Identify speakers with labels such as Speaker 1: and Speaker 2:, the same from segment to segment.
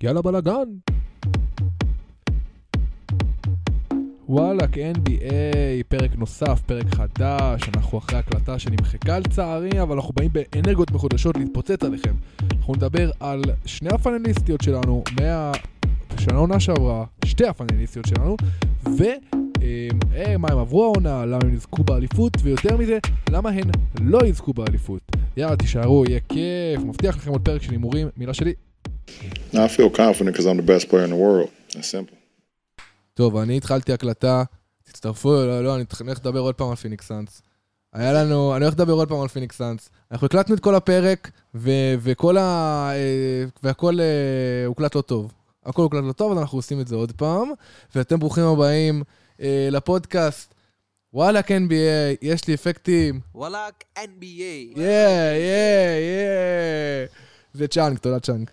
Speaker 1: יאללה בלאגן. וואלכ, NBA, פרק נוסף, פרק חדש, אנחנו אחרי הקלטה שנמחקה לצערי, אבל אנחנו באים באנרגיות מחודשות להתפוצץ עליכם. אנחנו נדבר על שני הפאנליסטיות שלנו, מה... של העונה שעברה, שתי הפאנליסטיות שלנו, ו... אה, אה, מה הם עברו העונה, למה הם יזכו באליפות, ויותר מזה, למה הן לא יזכו באליפות. יאללה, תישארו, יהיה כיף, מבטיח לכם עוד פרק של הימורים, מילה שלי,
Speaker 2: Now, I feel confident because I'm the best player in the world. That's simple.
Speaker 1: טוב, אני התחלתי הקלטה, תצטרפו, לא, לא, אני תכ- הולך לדבר עוד פעם על פיניקס סאנס. היה לנו, אני הולך לדבר עוד פעם על פיניקס סאנס. אנחנו הקלטנו את כל הפרק, ו- וכל ה... אה, והכל אה, הוקלט לא טוב. הכל הוקלט לא טוב, אז אנחנו עושים את זה עוד פעם. ואתם ברוכים הבאים אה, לפודקאסט. וואלאק NBA, יש לי אפקטים.
Speaker 3: וואלאק NBA.
Speaker 1: יא, יא, יא. זה צ'אנק, תודה צ'אנק.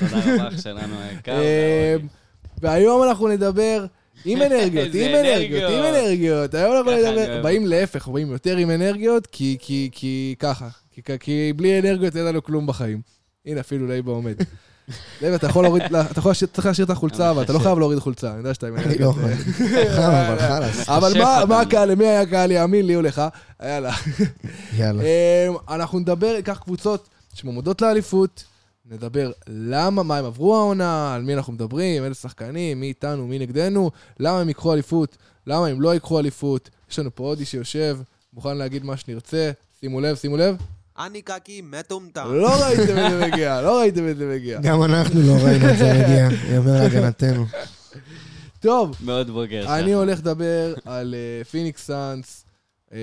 Speaker 4: תודה רבה אח שלנו היקר.
Speaker 1: אה, והיום אנחנו נדבר עם אנרגיות,
Speaker 4: איזה
Speaker 1: עם אנרגיות, עם
Speaker 4: אנרגיות.
Speaker 1: אנרגיות. היום אנחנו
Speaker 4: ככה אני
Speaker 1: נדבר,
Speaker 4: אוהב.
Speaker 1: באים להפך, באים יותר עם אנרגיות, כי- כי כי ככה. כי- כי בלי אנרגיות אין לנו כלום בחיים. הנה, אפילו לייבה עומד. לייבה, אתה יכול להוריד, אתה יכול להשאיר- צריך להשאיר את החולצה, אבל אתה לא חייב להוריד חולצה, אני יודע שאתה עם
Speaker 5: לא,
Speaker 1: אנרגיות. אה,
Speaker 5: אבל חם, אבל חלאס,
Speaker 1: כן, אבל
Speaker 4: שף
Speaker 1: מה-
Speaker 4: אתה.
Speaker 1: מה הקהל, למי היה קהל יאמין לי או לך? יאללה.
Speaker 5: יאללה.
Speaker 1: אמ, אנחנו נדבר, ניקח קבוצות שמועמדות לאליפות, נדבר למה, מה הם עברו העונה, על מי אנחנו מדברים, איזה שחקנים, מי איתנו, מי נגדנו, למה הם ייקחו אליפות, למה הם לא ייקחו אליפות. יש לנו פה הודי שיושב, מוכן להגיד מה שנרצה, שימו לב, שימו לב.
Speaker 3: אני קקי מטומטם.
Speaker 1: לא ראיתם את זה מגיע, לא ראיתם את זה מגיע.
Speaker 5: גם אנחנו לא ראינו את זה מגיע, יאמר
Speaker 1: כן,
Speaker 5: להגנתנו.
Speaker 1: טוב,
Speaker 4: מאוד בוגר. שלך.
Speaker 1: אני הולך לדבר על אה, פיניקס סאנס. אה,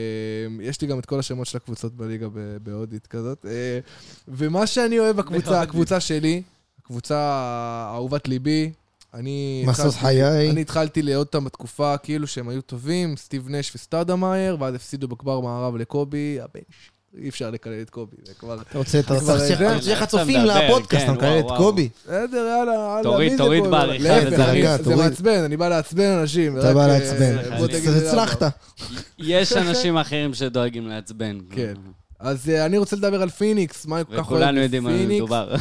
Speaker 1: יש לי גם את כל השמות של הקבוצות בליגה ב- בהודית כזאת. אה, ומה שאני אוהב בקבוצה,
Speaker 4: בהודית.
Speaker 1: הקבוצה שלי, הקבוצה אהובת ליבי, אני...
Speaker 5: משוש
Speaker 1: התחלתי- כן. אני
Speaker 5: חיי,
Speaker 1: התחלתי לאהוד אותם בתקופה כאילו שהם היו טובים, סטיב נש וסטאדמאייר, ואז הפסידו בכבר מערב לקובי, הבן שלי. אי אפשר לקלל את קובי, זה כבר...
Speaker 5: אתה רוצה את
Speaker 1: כבר זה?
Speaker 5: הרצח הצופים
Speaker 4: אתה מדבר,
Speaker 5: לפודקאסט,
Speaker 4: כן,
Speaker 5: אתה מקלל את
Speaker 4: וואו,
Speaker 5: קובי.
Speaker 1: בסדר, יאללה, יאללה,
Speaker 4: תוריד-
Speaker 1: מי זה
Speaker 4: תוריד
Speaker 1: פה?
Speaker 4: בעריכה,
Speaker 1: להפך,
Speaker 4: זה
Speaker 1: אני-
Speaker 5: דרגה,
Speaker 1: זה
Speaker 5: תוריד.
Speaker 1: מעצבן, אני בא לעצבן אנשים.
Speaker 5: אתה
Speaker 1: רק,
Speaker 5: בא
Speaker 1: אה,
Speaker 5: לעצבן.
Speaker 1: בוא
Speaker 4: אז
Speaker 1: תגיד
Speaker 5: אז
Speaker 1: לי למה.
Speaker 5: הצלחת.
Speaker 4: יש אנשים אחרים שדואגים לעצבן.
Speaker 1: כן. אז אה, אני רוצה לדבר על פיניקס, מה אני כל כך אוהב
Speaker 4: וכולנו יודעים על מה
Speaker 1: בפיניקס.
Speaker 4: מדובר.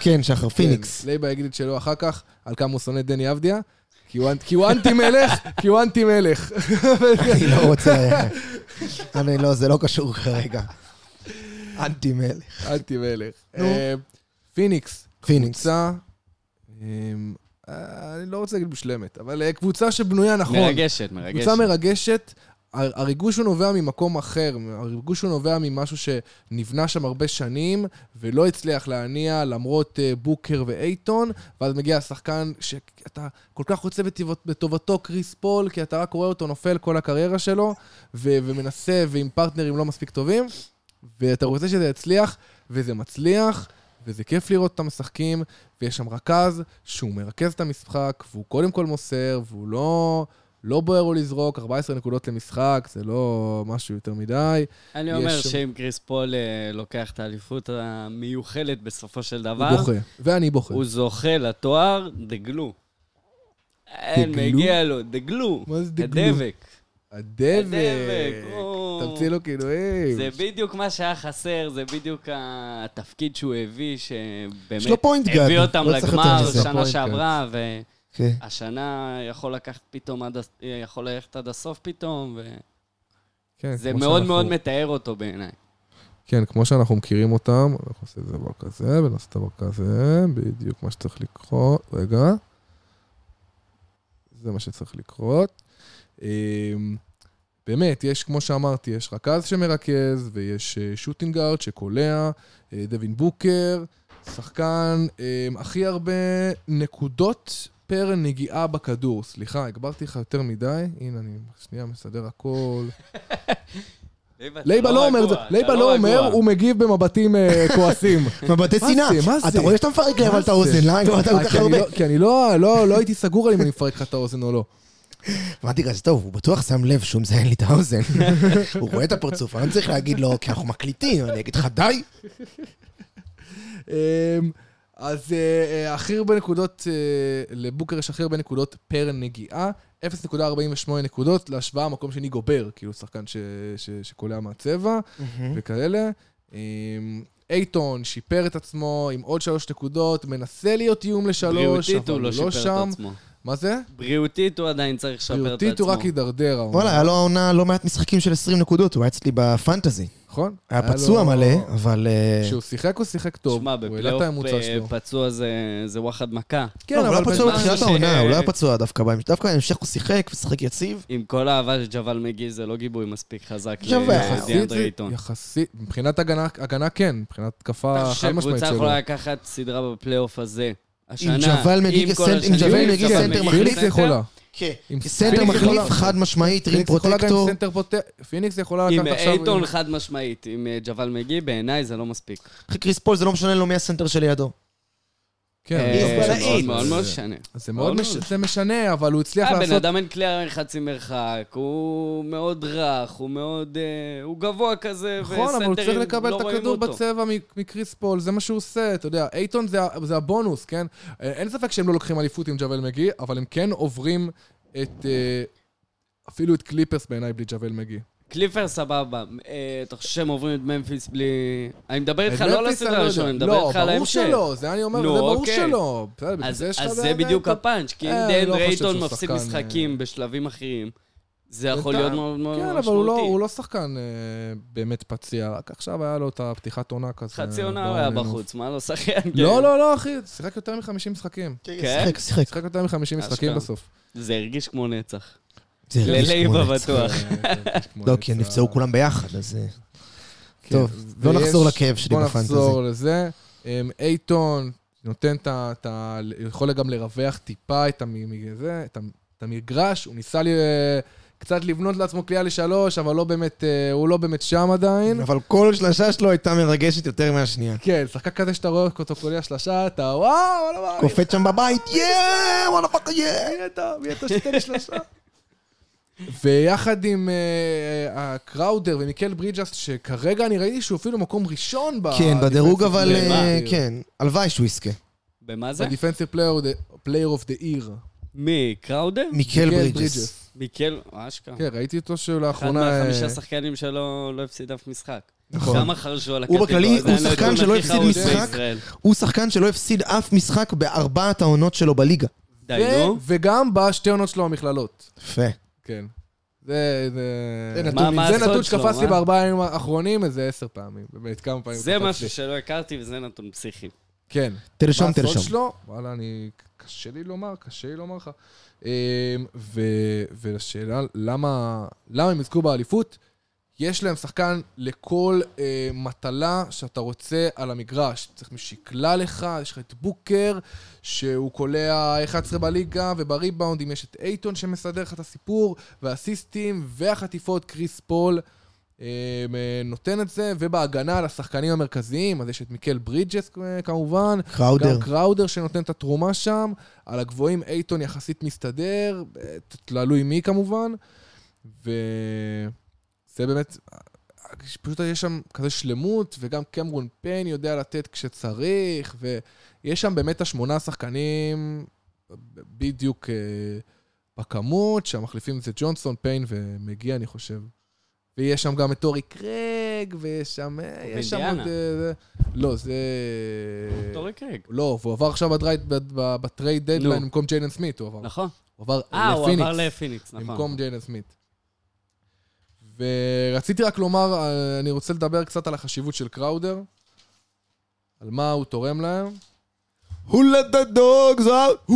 Speaker 5: כן,
Speaker 1: כן,
Speaker 5: שחר, פיניקס.
Speaker 1: לייבה יגיד את שלו אחר כך, על כמה הוא שונא את דני אבדיה. כי הוא אנ- כי הוא אנטי מלך, כי הוא אנטי מלך.
Speaker 5: אני לא רוצה... אני לא, זה לא קשור כרגע. אנטי מלך.
Speaker 1: אנטי מלך.
Speaker 5: נו.
Speaker 1: אה, פיניקס,
Speaker 5: פיניקס.
Speaker 1: קבוצה, אמ, אה, אני לא רוצה להגיד מושלמת, אבל אה, קבוצה שבנויה נכון.
Speaker 4: מרגשת, מרגשת.
Speaker 1: קבוצה מרגשת. הר- הריגוש הוא נובע ממקום אחר, הריגוש הוא נובע ממשהו שנבנה שם הרבה שנים ולא הצליח להניע למרות אה, בוקר ואייטון, ואז מגיע השחקן שאתה כל כך רוצה בטבע- בטובתו, קריס פול, כי אתה רק רואה אותו נופל כל הקריירה שלו, ו- ומנסה ועם פרטנרים לא מספיק טובים, ואתה רוצה שזה יצליח, וזה מצליח, וזה כיף לראות אותם משחקים, ויש שם רכז שהוא מרכז את המשחק, והוא קודם כל מוסר, והוא לא... לא בוער לו לזרוק, 14 נקודות למשחק, זה לא משהו יותר מדי.
Speaker 4: אני
Speaker 1: יש
Speaker 4: אומר
Speaker 1: שם-
Speaker 4: שאם קריס פול אה, לוקח את האליפות המיוחלת בסופו של
Speaker 1: הוא
Speaker 4: דבר,
Speaker 1: בוכה, ואני בוכה.
Speaker 4: הוא זוכה לתואר דגלו. אין,
Speaker 1: דגלו?
Speaker 4: מגיע לו, דגלו.
Speaker 1: מה זה דגלו?
Speaker 4: הדבק.
Speaker 1: הדבק.
Speaker 4: הדבק, או.
Speaker 1: תמציא לו כינויים.
Speaker 4: זה בדיוק מה שהיה חסר, זה בדיוק התפקיד שהוא הביא, שבאמת...
Speaker 5: יש לו point guard,
Speaker 4: הביא אותם
Speaker 5: לא צריך יותר
Speaker 4: לגמר
Speaker 5: מזה.
Speaker 1: point guard.
Speaker 4: שנה שעברה, ו...
Speaker 5: כן.
Speaker 4: השנה יכול לקחת פתאום עד, הס- אה, יכול ללכת עד הסוף פתאום, וזה
Speaker 1: כן, כמו
Speaker 4: מאוד
Speaker 1: שאנחנו-
Speaker 4: מאוד מתאר אותו בעיניי.
Speaker 1: כן, כמו שאנחנו מכירים אותם, אנחנו עושים את זה דבר כזה, ונעשה דבר כזה, בדיוק מה שצריך לקרות. רגע. זה מה שצריך לקרות. אמ, באמת, יש, כמו שאמרתי, יש רכז שמרכז, ויש אה, שוטינגארד שקולע, אה, דווין בוקר, שחקן אמ, הכי הרבה נקודות פר נגיעה בכדור. סליחה, הגברתי לך יותר מדי. הנה, אני שנייה מסדר הכל. לייבה לא אומר את זה, לייבה לא אומר, הוא מגיב במבטים אה, כועסים.
Speaker 5: מבטי
Speaker 1: מה
Speaker 5: שנאה.
Speaker 1: זה? מה זה?
Speaker 5: אתה רואה שאתה מפרק להם
Speaker 1: מה
Speaker 5: על כן, את
Speaker 1: זה?
Speaker 5: האוזן, למה אתה כל
Speaker 1: אה,
Speaker 5: כך
Speaker 1: כי אני
Speaker 5: הרבה?
Speaker 1: לא- כי אני לא- לא לא הייתי סגור על אם אני מפרק לך את האוזן או לא.
Speaker 5: אמרתי כזה, טוב, הוא בטוח שם לב שהוא מזיין לי את האוזן. הוא רואה את הפרצוף, אני לא צריך להגיד לו, כי אנחנו מקליטים, אני אגיד לך, די.
Speaker 1: אמ, אז אה, אה, הכי הרבה נקודות, אה, לבוקר יש הכי הרבה נקודות פר נגיעה, 0.48 נקודות, להשוואה מקום שני גובר, כאילו שחקן ש, ש, שקולע מהצבע וכאלה. אה, אייטון שיפר את עצמו עם עוד שלוש נקודות, מנסה להיות איום לשלוש,
Speaker 4: בריאותית הוא
Speaker 1: אבל הוא
Speaker 4: לא
Speaker 1: לא
Speaker 4: שיפר
Speaker 1: שם.
Speaker 4: את עצמו.
Speaker 1: מה זה?
Speaker 4: בריאותית הוא עדיין צריך לשפר את עצמו.
Speaker 1: בריאותית הוא רק הידרדר, העונה,
Speaker 5: וואלה, היה לו העונה לא מעט משחקים של 20 נקודות, הוא היה אצלי בפנטזי.
Speaker 1: נכון?
Speaker 5: היה
Speaker 1: לו-
Speaker 5: פצוע מלא, אבל... אה,
Speaker 1: כשהוא שיחק, הוא שיחק טוב.
Speaker 4: שמע,
Speaker 1: הוא העלה את
Speaker 4: בפלייאוף אה,
Speaker 1: הממוצע שלו.
Speaker 4: פ- פצוע זה- זה וואחד מכה.
Speaker 1: כן,
Speaker 5: לא, הוא לא
Speaker 1: אבל
Speaker 5: היה פצוע
Speaker 4: בזמן
Speaker 5: בתחילת
Speaker 4: ש-
Speaker 5: העונה, הוא לא היה פצוע דווקא בהמשך, דווקא בהמשך הוא שיחק ושיחק יציב.
Speaker 4: עם כל האהבה שג'וואל מגי זה לא גיבוי מספיק חזק
Speaker 5: ג'וואל.
Speaker 1: יחסית,
Speaker 4: לדיאנדרי
Speaker 1: זה-
Speaker 4: איתון.
Speaker 1: יחסית, מבחינת הגנה, הגנה כן, מבחינת התקפה חד משמעית
Speaker 4: שקבוצה
Speaker 1: שלו.
Speaker 4: יכולה לקחת סדרה בפלייאוף הזה. השנה,
Speaker 5: עם ג'וואל מגי
Speaker 4: כל
Speaker 5: כסנט- עם
Speaker 4: השנים,
Speaker 5: ג'וואל מגי
Speaker 4: ג'וואל
Speaker 5: סנטר
Speaker 4: מגי
Speaker 5: מחליף.
Speaker 1: פיניקס יכולה. עם כן,
Speaker 5: סנטר
Speaker 1: פיניקס
Speaker 5: מחליף,
Speaker 1: יכולה-
Speaker 5: חד משמעית, רים
Speaker 1: פיניקס יכולה גם עם
Speaker 5: פרוטקטור.
Speaker 1: סנטר פרוטק- פיניקס יכולה
Speaker 4: עם
Speaker 1: לקחת אוקיי, עכשיו...
Speaker 4: אייטון חד משמעית, עם אה, ג'וואל מגי, בעיניי זה לא מספיק.
Speaker 5: אחרי קריס פול זה לא משנה לו מי הסנטר שלידו.
Speaker 1: כן,
Speaker 4: אה,
Speaker 5: איז
Speaker 1: זה-
Speaker 4: זה
Speaker 5: בלעית.
Speaker 4: מאוד מאוד מאוד משנה.
Speaker 1: זה מאוד
Speaker 4: מאוד
Speaker 1: מש-
Speaker 4: מאוד.
Speaker 1: זה משנה, אבל הוא הצליח
Speaker 4: הבן
Speaker 1: לעשות...
Speaker 4: אדם אין כלי חצי מרחק, הוא מאוד רך, הוא מאוד... אה, הוא גבוה כזה,
Speaker 1: נכון, אבל הוא צריך
Speaker 4: וסנטרים
Speaker 1: לקבל
Speaker 4: לא
Speaker 1: את
Speaker 4: רואים
Speaker 1: הכדור
Speaker 4: אותו.
Speaker 1: בצבע מ- מקריס פול, זה מה שהוא עושה, אתה יודע. אייטון זה ה- זה הבונוס, כן? אה, אין ספק שהם לא לוקחים אליפות עם ג'וול מגי, אבל הם כן עוברים את... אה, אפילו את קליפרס בעיניי בלי ג'וול מגי.
Speaker 4: קליפר סבבה, אה, אתה חושב שהם עוברים את ממפיס בלי... אני מדבר איתך לא על
Speaker 1: את
Speaker 4: הסדרה
Speaker 1: אני לא
Speaker 4: הראשונה, אני
Speaker 1: יודע.
Speaker 4: מדבר איתך על
Speaker 1: לא, ברור
Speaker 4: ההמשך.
Speaker 1: שלא, זה אני אומר, זה
Speaker 4: נו,
Speaker 1: ברור
Speaker 4: אוקיי.
Speaker 1: שלא. בסדר, בגלל
Speaker 4: אז
Speaker 1: יש לך
Speaker 4: אז זה
Speaker 1: עדיין
Speaker 4: בדיוק
Speaker 1: את ה-
Speaker 4: הפאנץ', כי אם
Speaker 1: אה, אני
Speaker 4: דן
Speaker 1: לא חושב
Speaker 4: רייטון
Speaker 1: שהוא
Speaker 4: מפסיד
Speaker 1: שחקן,
Speaker 4: משחקים בשלבים אחרים, זה יכול
Speaker 1: בינתיים.
Speaker 4: להיות מאוד מאוד
Speaker 1: כן,
Speaker 4: משמעותי.
Speaker 1: אבל הוא לא- הוא לא שחקן אה, באמת פציע, רק עכשיו היה לו את הפתיחת עונה כזה.
Speaker 4: חצי עונה
Speaker 1: לא
Speaker 4: הוא היה
Speaker 1: עלינו.
Speaker 4: בחוץ, מה לא שחיין?
Speaker 1: לא, לא, לא, אחי, שיחק יותר מ-50 משחקים.
Speaker 4: כן?
Speaker 5: שיחק, שיחק.
Speaker 1: שיחק יותר מ-50 משחקים
Speaker 4: אשכרה.
Speaker 1: בסוף.
Speaker 4: זה הרגיש כמו נצח.
Speaker 5: כן, זה הרגיש
Speaker 4: ללייבה
Speaker 5: כמו נצח.
Speaker 4: בטוח.
Speaker 5: לא, כי הם נפצעו כולם ביחד, אז... אה,
Speaker 1: כן,
Speaker 5: טוב, לא
Speaker 1: ויש-
Speaker 5: נחזור לכאב שלי
Speaker 1: בוא
Speaker 5: בפנטזי.
Speaker 1: נחזור לזה. אמ, אייטון נותן את ה... את ה- יכול גם לרווח טיפה את המ- מ- זה, את המ- את המגרש, הוא ניסה ל- קצת לבנות לעצמו קליעה לשלוש, אבל לא באמת, אה, הוא לא באמת שם עדיין.
Speaker 5: אבל כל שלשה שלו הייתה מרגשת יותר מהשנייה.
Speaker 1: כן, שחקן כזה שאתה רואה אותו קולע שלושה, אתה וואו, לא מאמין.
Speaker 5: קופץ שם בבית, יא! וואלה פאקה יא!
Speaker 1: מי אתה? מי אתה שתיתן לי שלושה? ויחד עם אה, הקראודר ומיקל ברידג'ס, שכרגע אני ראיתי שהוא אפילו מקום ראשון ב...
Speaker 5: כן, בדירוג
Speaker 1: defensive
Speaker 5: אבל...
Speaker 1: player.
Speaker 5: אה, כן. הלוואי שהוא יזכה.
Speaker 4: במה זה?
Speaker 1: בדיפנסיב פלייר אוף דה עיר.
Speaker 4: מי? קראודר?
Speaker 5: מיקל ברידג'ס.
Speaker 4: מיקל? אשכרה.
Speaker 1: כן, ראיתי אותו
Speaker 4: נכון. אחד
Speaker 1: שלאחרונה...
Speaker 4: מהחמישה
Speaker 1: אה,
Speaker 4: שחקנים שלא לא הפסיד אף משחק.
Speaker 5: נכון.
Speaker 4: כמה חרשו על
Speaker 5: הוא
Speaker 4: הקטגוריה.
Speaker 5: בכללי,
Speaker 4: זה
Speaker 5: הוא
Speaker 4: הנתון
Speaker 5: שחקן
Speaker 4: לא הכי
Speaker 5: שלא הפסיד
Speaker 4: חרוץ
Speaker 5: משחק.
Speaker 4: בישראל.
Speaker 5: הוא שחקן שלא הפסיד אף משחק בארבעת העונות שלו בליגה.
Speaker 4: די, נו.
Speaker 1: כן, וגם בשתי עונות שלו המכללות.
Speaker 5: יפה.
Speaker 1: כן. זה... זה-
Speaker 5: זה נתון-
Speaker 4: מה- מה
Speaker 1: זה
Speaker 4: הסוד
Speaker 1: נתון
Speaker 4: שלו,
Speaker 1: שקפץ לי
Speaker 4: מה?
Speaker 1: בארבעה הימים האחרונים איזה עשר פעמים. באמת, כמה פעמים
Speaker 4: זה
Speaker 1: קפץ לי.
Speaker 4: משהו שלא הכרתי וזה נתון פסיכי.
Speaker 5: אה,
Speaker 1: כן.
Speaker 5: תרשום,
Speaker 1: מה הסוד
Speaker 5: תרשום.
Speaker 1: שלו? וואלה, אני... קשה לי לומר, קשה לי לומר לך. אמ, ו... ולשאלה, למה... למה הם יזכו באליפות? יש להם שחקן לכל אה, מטלה שאתה רוצה על המגרש. צריך מי שיקלע לך, יש לך את בוקר, שהוא קולע 11 בליגה, ובריבאונדים יש את אייטון שמסדר לך את הסיפור, והסיסטים והחטיפות, קריס פול. אה, אה, נותן את זה, ובהגנה על השחקנים המרכזיים, אז יש את מיקל ברידג'ס אה, כמובן,
Speaker 5: קראודר.
Speaker 1: גם קראודר שנותן את התרומה שם, על הגבוהים אייטון יחסית מסתדר, אה, ת- תלוי מי כמובן, וזה באמת, פשוט יש שם כזה שלמות, וגם קמרון פיין יודע לתת כשצריך, ויש שם באמת את השמונה שחקנים בדיוק אה, בכמות, שהמחליפים זה ג'ונסון, פיין ומגיע, אני חושב. ויש שם גם את אורי קרג, ויש שם... אה, יש שם עוד...
Speaker 4: באינדיאנה.
Speaker 1: אה, זה- לא, זה...
Speaker 4: טורי קריג.
Speaker 1: לא, והוא עבר עכשיו בדרייד- ב- ב- בטרייד דדליין
Speaker 4: נו.
Speaker 1: במקום ג'יינן סמית, הוא עבר.
Speaker 4: נכון.
Speaker 1: הוא עבר
Speaker 4: אה, הוא עבר
Speaker 1: לפיניקס.
Speaker 4: לפיניקס, נכון.
Speaker 1: במקום ג'יינן סמית. ורציתי רק לומר, אה, אני רוצה לדבר קצת על החשיבות של קראודר, על מה הוא תורם להם.
Speaker 5: הוא let the dogs out!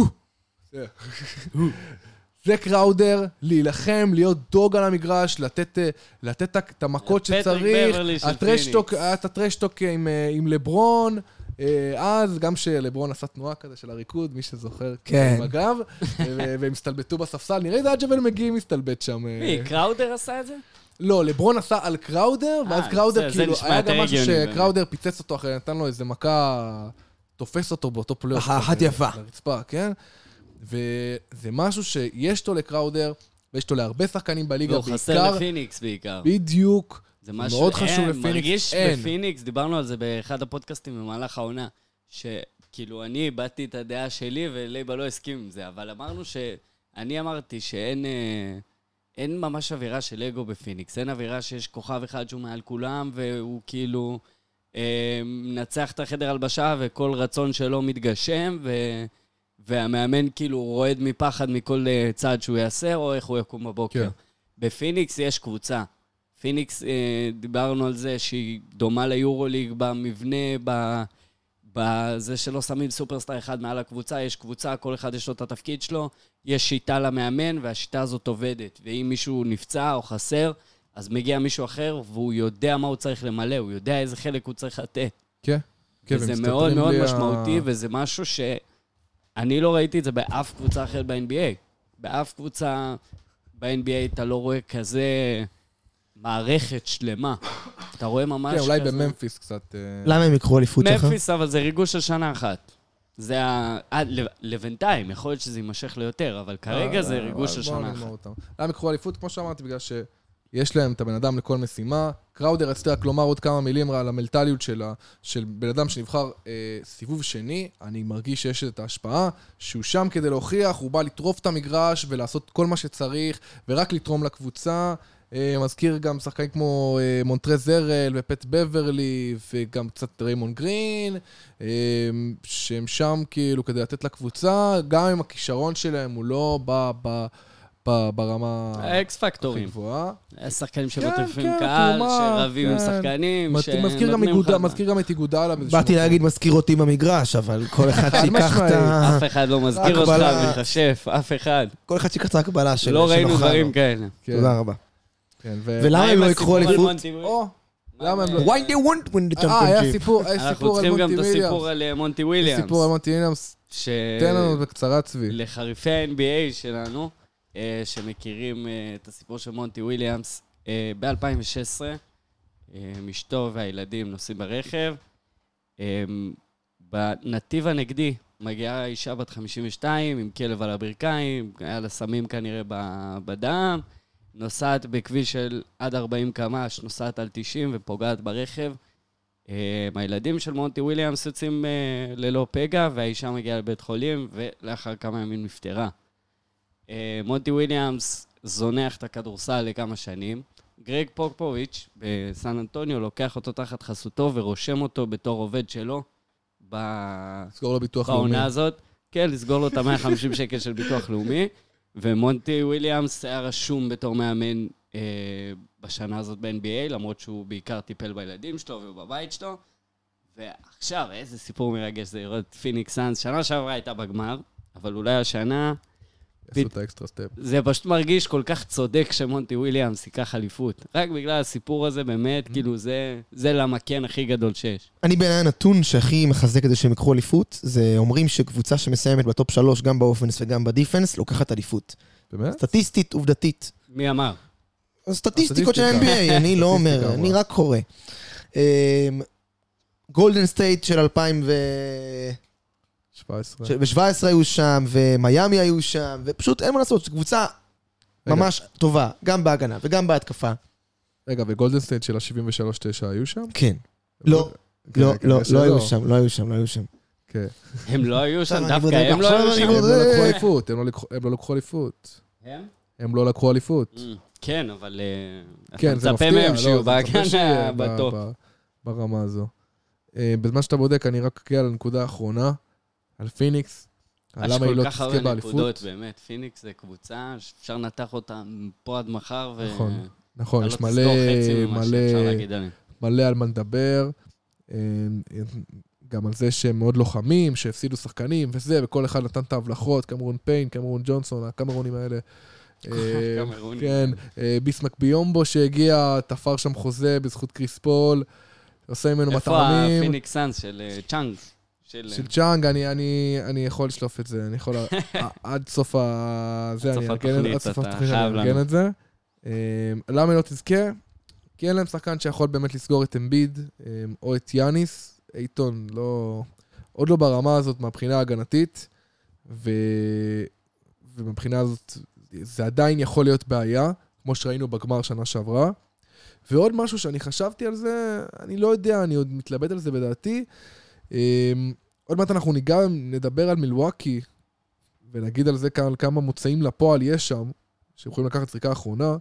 Speaker 1: זה קראודר, להילחם, להיות דוג על המגרש, לתת, אה, לתת את- את המכות
Speaker 4: פטריק
Speaker 1: שצריך.
Speaker 4: בברלי של
Speaker 1: הטרשטוק,
Speaker 4: פיניקס.
Speaker 1: היה את הטרשטוק עם, אה, עם לברון, אה, אז, גם שלברון עשה תנועה כזה של הריקוד, מי שזוכר,
Speaker 5: כן.
Speaker 1: עם הגב, אה, ו- והם הסתלבטו בספסל, נראה לי זה היה ג'בל מגי מסתלבט שם. אה.
Speaker 4: מי, קראודר עשה את זה?
Speaker 1: לא, לברון עשה על קראודר, ואז
Speaker 4: אה,
Speaker 1: קראודר
Speaker 4: זה- זה
Speaker 1: כאילו,
Speaker 4: נשמע
Speaker 1: היה
Speaker 4: יותר
Speaker 1: גם משהו
Speaker 4: הגיוני,
Speaker 1: שקראודר פיצץ אותו אחרי, נתן לו איזה מכה, תופס אותו באותו פלייאוף.
Speaker 5: אחת
Speaker 1: כזה,
Speaker 5: יפה.
Speaker 1: לרצפה, כן? וזה משהו שיש אותו לקראודר, ויש אותו להרבה שחקנים בליגה,
Speaker 4: והוא
Speaker 1: בעיקר,
Speaker 4: לא, חסר לפיניקס בעיקר.
Speaker 1: בדיוק.
Speaker 4: זה
Speaker 1: מאוד
Speaker 4: משהו,
Speaker 1: חשוב
Speaker 4: אין,
Speaker 1: לפיניקס,
Speaker 4: מרגיש
Speaker 1: אין.
Speaker 4: בפיניקס, דיברנו על זה באחד הפודקאסטים במהלך העונה, שכמעט כאילו, אני הבעתי את הדעה שלי ולייבה לא הסכים עם זה, אבל אמרנו ש... אני אמרתי שאין אה, אין ממש אווירה של אגו בפיניקס, אין אווירה שיש כוכב אחד שהוא מעל כולם, והוא כאילו אה, מנצח את החדר הלבשה וכל רצון שלו מתגשם, ו... והמאמן כאילו רועד מפחד מכל אה, צעד שהוא יעשה, או איך הוא יקום בבוקר.
Speaker 1: כן.
Speaker 4: כן. בפיניקס יש קבוצה. פיניקס, אה, דיברנו על זה שהיא דומה ליורוליג במבנה, ב... בזה שלא שמים סופרסטאר אחד מעל הקבוצה, יש קבוצה, כל אחד יש לו את התפקיד שלו, יש שיטה למאמן, והשיטה הזאת עובדת. ואם מישהו נפצע או חסר, אז מגיע מישהו אחר, והוא יודע מה הוא צריך למלא, הוא יודע איזה חלק הוא צריך לתת.
Speaker 1: כן. כן,
Speaker 4: וזה
Speaker 1: ומסתתרים
Speaker 4: מאוד מאוד
Speaker 1: בלי ה-
Speaker 4: משמעותי, וזה משהו שאני לא ראיתי את זה באף קבוצה אחרת ב-NBA. באף קבוצה ב-NBA אתה לא רואה כזה מערכת שלמה. אתה רואה ממש
Speaker 1: כן,
Speaker 4: כזה...
Speaker 1: אולי בממפיס קצת... אה,
Speaker 5: למה הם יקחו אליפות שלך?
Speaker 4: ממפיס, אבל זה ריגוש של שנה אחת. זה ה... עד לב- לבינתיים, יכול להיות שזה יימשך ליותר, אבל כרגע זה
Speaker 1: אה,
Speaker 4: ריגוש
Speaker 1: אבל
Speaker 4: של
Speaker 1: בואו
Speaker 4: שנה
Speaker 1: נגמור
Speaker 4: אחת.
Speaker 1: אותם. למה יקחו אליפות? כמו שאמרתי, בגלל שיש להם את הבן אדם לכל משימה. קראודר רצית רק לומר עוד כמה מילים על המלטליות שלה, של בן אדם שנבחר אה, סיבוב שני, אני מרגיש שיש את ההשפעה, שהוא שם כדי להוכיח, הוא בא לטרוף את המגרש ולעשות כל מה שצריך, ורק לתרום לקבוצה. אה, מזכיר גם שחקנים כמו אה, מונטרז זרל ופט בברלי, וגם קצת ריימון גרין, אה, שהם שם כאילו כדי לתת לקבוצה, גם אם הכישרון שלהם הוא לא ב, ב, ב, ברמה
Speaker 4: האקס
Speaker 1: הכי
Speaker 4: פקטורים.
Speaker 1: גבוהה.
Speaker 4: שחקנים
Speaker 1: כן,
Speaker 4: שמוטפים
Speaker 1: כן,
Speaker 4: קהל,
Speaker 1: כאילו מה,
Speaker 4: שרבים עם
Speaker 1: כן.
Speaker 4: שחקנים,
Speaker 1: מזכיר גם
Speaker 4: שנותנים
Speaker 1: איגודה-
Speaker 4: לך-
Speaker 1: מזכיר גם את איגודלה. באיזשהו
Speaker 5: באתי
Speaker 1: מקום.
Speaker 5: להגיד מזכיר אותי במגרש, אבל כל אחד
Speaker 1: חד
Speaker 5: שיקח את ה...
Speaker 4: אף אחד לא מזכיר אותך,
Speaker 5: הקבלה.
Speaker 4: מכשף, אף אחד.
Speaker 5: כל אחד שיקח את ההקבלה שלו.
Speaker 4: לא ראינו
Speaker 5: שנוכל לו.
Speaker 4: דברים כאלה.
Speaker 1: כן,
Speaker 5: תודה רבה.
Speaker 1: כן, ו...
Speaker 5: ולמה
Speaker 4: מה עם
Speaker 5: הם לא
Speaker 4: הסיפור
Speaker 5: יקחו
Speaker 4: על
Speaker 5: אליפות?
Speaker 4: מונטי וויל?
Speaker 1: או, למה הם לא...
Speaker 5: Why they want win the
Speaker 1: אה, היה
Speaker 5: championship?
Speaker 1: סיפור, היה
Speaker 4: אנחנו
Speaker 1: סיפור על
Speaker 4: צריכים גם
Speaker 1: מונטי
Speaker 4: את הסיפור
Speaker 1: ויליאמס.
Speaker 4: על אה, מונטי
Speaker 1: יש
Speaker 4: וויליאמס. אה,
Speaker 1: סיפור על מונטי ויליאמס.
Speaker 4: ש-
Speaker 1: תן לנו בקצרה, צבי.
Speaker 4: לחריפי ה-NBA שלנו, אה, שמכירים אה, את הסיפור של מונטי וויליאמס, אה, ב-2016, אה, אשתו והילדים נוסעים ברכב. אה, בנתיב הנגדי מגיעה אישה בת 52 עם כלב על הברכיים, היה לה סמים כנראה ב- בדם, נוסעת בכביש של עד 40 קמ"ש, נוסעת על 90 ופוגעת ברכב. אה, הילדים של מונטי וויליאמס יוצאים אה, ללא פגע, והאישה מגיעה לבית חולים, ולאחר כמה ימים נפטרה. אה, מונטי וויליאמס זונח את הכדורסל לכמה שנים. גרג פופוביץ' בסן אנטוניו לוקח אותו תחת חסותו ורושם אותו בתור עובד שלו ב-
Speaker 1: סגור לו ביטוח לאומי.
Speaker 4: בעונה הזאת. כן, לסגור לו את ה-150 שקל של ביטוח לאומי. ומונטי וויליאמס היה רשום בתור מאמן אה, בשנה הזאת ב-NBA, למרות שהוא בעיקר טיפל בילדים שלו ובבית שלו. ועכשיו, איזה סיפור מרגש זה לראות את פיניקס סאנס. שנה שעברה הייתה בגמר, אבל אולי השנה
Speaker 1: יעשו את האקסטרה סטפ.
Speaker 4: זה פשוט מרגיש כל כך צודק שמונטי וויליאמס ייקח אליפות. רק בגלל הסיפור הזה,
Speaker 5: Mm-hmm.
Speaker 4: באמת, כאילו, זה, זה למה כן הכי גדול שיש.
Speaker 5: אני בעיניי הנתון שהכי מחזק את זה שהם יקחו אליפות, זה אומרים שקבוצה שמסיימת בטופ שלוש, גם באופנס וגם בדיפנס, לוקחת אליפות.
Speaker 1: באמת?
Speaker 5: סטטיסטית, עובדתית.
Speaker 4: מי אמר?
Speaker 5: הסטטיסטיקות של
Speaker 1: הסטטיסטיקה.
Speaker 5: ה-NBA, אני לא
Speaker 1: הסטטיסטיקה,
Speaker 5: אומר, אני
Speaker 1: וואו.
Speaker 5: רק קורא. גולדן סטייט של 2017
Speaker 1: 17.
Speaker 5: היו שם, ומיאמי היו שם, ופשוט אין מה לעשות, זו קבוצה
Speaker 1: רגע.
Speaker 5: ממש טובה, גם בהגנה וגם בהתקפה.
Speaker 1: רגע, וגולדן סטייט של ה-73-9 היו שם?
Speaker 5: כן. לא,
Speaker 1: כן,
Speaker 5: לא,
Speaker 1: כן, יש
Speaker 5: לא, לא
Speaker 1: שלא.
Speaker 5: היו שם, לא היו שם, לא היו שם.
Speaker 1: כן.
Speaker 4: הם לא היו שם,
Speaker 5: אני
Speaker 4: דווקא
Speaker 5: בודק,
Speaker 4: הם לא
Speaker 5: עכשיו
Speaker 4: היו
Speaker 5: אני
Speaker 4: שם.
Speaker 1: הם לא
Speaker 5: אה,
Speaker 1: לקחו
Speaker 5: אה,
Speaker 1: אליפות, הם לא לקחו- הם לא לקחו אליפות.
Speaker 4: הם?
Speaker 1: הם לא לקחו אליפות.
Speaker 4: Mm, כן, אבל אה,
Speaker 1: כן,
Speaker 4: אתה
Speaker 1: זה מפתיע.
Speaker 4: מצפה מהם
Speaker 1: לא,
Speaker 4: שיהיו
Speaker 1: אתה מצפה שיהיה
Speaker 4: בהגנה
Speaker 1: ב-
Speaker 4: בטופ.
Speaker 1: ב- ברמה הזו. אה, בזמן שאתה בודק, אני רק אגיע לנקודה האחרונה, על פיניקס, על
Speaker 4: יש
Speaker 1: למה היא
Speaker 4: כל
Speaker 1: לא
Speaker 4: כך
Speaker 1: תזכה
Speaker 4: הרבה נקודות,
Speaker 1: באליפות.
Speaker 4: באמת. פיניקס זה קבוצה שאפשר לנתח אותה מפה עד מחר, ו...
Speaker 1: נכון. נכון,
Speaker 4: אתה
Speaker 1: יש
Speaker 4: לא
Speaker 1: מלא,
Speaker 4: תזכור חצי ממה שאפשר
Speaker 1: מלא,
Speaker 4: להגיד עליהם.
Speaker 1: מלא על מה לדבר. אה, גם על זה שהם מאוד לוחמים, שהפסידו שחקנים וזה, וכל אחד נתן את ההבלחות, קמרון פיין, קמרון ג'ונסון, הקמרונים האלה. אה,
Speaker 4: קמרונים.
Speaker 1: כן, אה, ביסמק ביומבו שהגיע, תפר שם חוזה בזכות קריס פול, עושה ממנו
Speaker 4: איפה
Speaker 1: מטעמים.
Speaker 4: הפיניקס סאנס של אה, צ'אנג? של... אה,
Speaker 1: של צ'אנג, אני, אני, אני יכול לשלוף את זה, אני יכול... ע- עד סוף ה... זה,
Speaker 4: עד
Speaker 1: אני
Speaker 4: סוף
Speaker 1: ארגן את זה.
Speaker 4: התוכנית,
Speaker 1: עד סוף
Speaker 4: אתה
Speaker 1: התוכנית,
Speaker 4: חייב
Speaker 1: אני ארגן
Speaker 4: לנו.
Speaker 1: את זה. אמ, למה היא לא תזכה? כי אין להם שחקן שיכול באמת לסגור את אמביד אמ, או את יאניס. אייטון לא... עוד לא ברמה הזאת מהבחינה ההגנתית, ו... ומבחינה הזאת זה עדיין יכול להיות בעיה, כמו שראינו בגמר שנה שעברה. ועוד משהו שאני חשבתי על זה, אני לא יודע, אני עוד מתלבט על זה בדעתי. אמ, עוד מעט אנחנו ניגע, נדבר על מילואקי, ונגיד על זה כמה, כמה מוצאים לפועל יש שם, שיכולים לקחת זריקה אחרונה.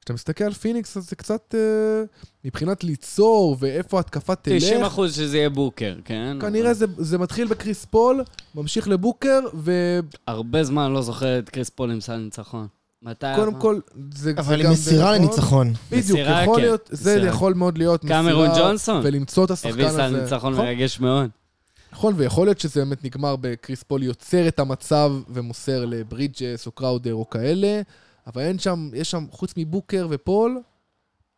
Speaker 1: כשאתה מסתכל על פיניקס, אז זה קצת... אה, מבחינת ליצור, ואיפה התקפה
Speaker 4: 90
Speaker 1: תלך,
Speaker 4: אחוז שזה יהיה בוקר, כן?
Speaker 1: כנראה זה, זה מתחיל בקריס פול, ממשיך לבוקר, וקודם
Speaker 4: הרבה זמן לא זוכר את קריס פול עם סל ניצחון. מתי היה?
Speaker 1: כל, זה, זה
Speaker 5: אבל
Speaker 1: גם
Speaker 5: מסירה
Speaker 1: נכון.
Speaker 5: לניצחון.
Speaker 1: בדיוק,
Speaker 4: מסירה,
Speaker 1: יכול
Speaker 4: כן.
Speaker 1: להיות, זה
Speaker 4: מסירה.
Speaker 1: יכול מאוד להיות מסירה.
Speaker 4: קמרון ג'ונסון.
Speaker 1: ולמצוא את השחקן
Speaker 4: הביא
Speaker 1: הזה.
Speaker 4: סל ניצחון
Speaker 1: נכון,
Speaker 4: מרגש מאוד.
Speaker 1: נכון, ויכול להיות שזה באמת נגמר בקריס פול יוצר את המצב ומוסר לברידג'ס או קראודר או כאלה, אבל אין שם, יש שם, חוץ מבוקר ופול,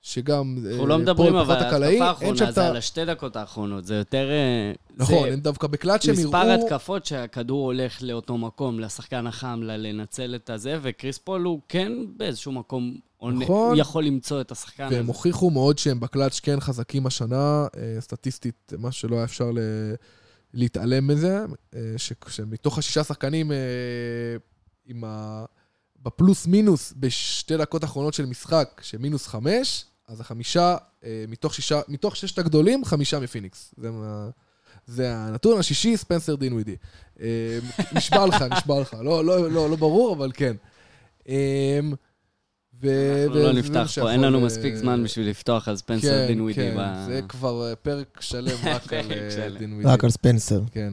Speaker 1: שגם אה,
Speaker 4: אנחנו לא
Speaker 1: פול
Speaker 4: מדברים,
Speaker 1: פחות
Speaker 4: אבל
Speaker 1: הקלעי,
Speaker 4: ההתקפה
Speaker 1: אין שם
Speaker 4: האחרונה
Speaker 1: את
Speaker 4: זה
Speaker 1: ה-
Speaker 4: על השתי דקות האחרונות, זה יותר... אה,
Speaker 1: נכון,
Speaker 4: זה
Speaker 1: הם דווקא בקלט שהם יראו...
Speaker 4: מספר התקפות שהכדור הולך לאותו מקום, לשחקן החם, ל- לנצל את הזה, וקריס פול הוא כן באיזשהו מקום, עונה-
Speaker 1: נכון.
Speaker 4: הוא יכול למצוא את השחקן
Speaker 1: והם
Speaker 4: הזה.
Speaker 1: הוכיחו מאוד שהם בקלאץ' כן חזקים השנה, אה, סטטיסטית, מה שלא היה אפשר ל- להתעלם מזה, אה, ש- שמתוך השישה שחקנים אה, עם ה... בפלוס מינוס בשתי דקות האחרונות של משחק, שמינוס חמש, אז החמישה, אה, מתוך, שישה, מתוך ששת הגדולים, חמישה מפיניקס. זה, מה, זה הנתון השישי, ספנסר דין ווידי. אה, נשבע לך, נשבע לך. לא, לא, לא, לא ברור, אבל כן. אה, ו- ו-
Speaker 4: אנחנו לא
Speaker 1: זה מה
Speaker 4: נפתח
Speaker 1: שיכול,
Speaker 4: פה, אין לנו
Speaker 1: אה,
Speaker 4: מספיק זמן בשביל לפתוח על ספנסר דין ווידי.
Speaker 1: כן, כן, זה כבר אה, פרק שלם רק על אה,
Speaker 4: פרק שלם.
Speaker 1: דין ווידי.
Speaker 5: רק על ספנסר.
Speaker 1: כן.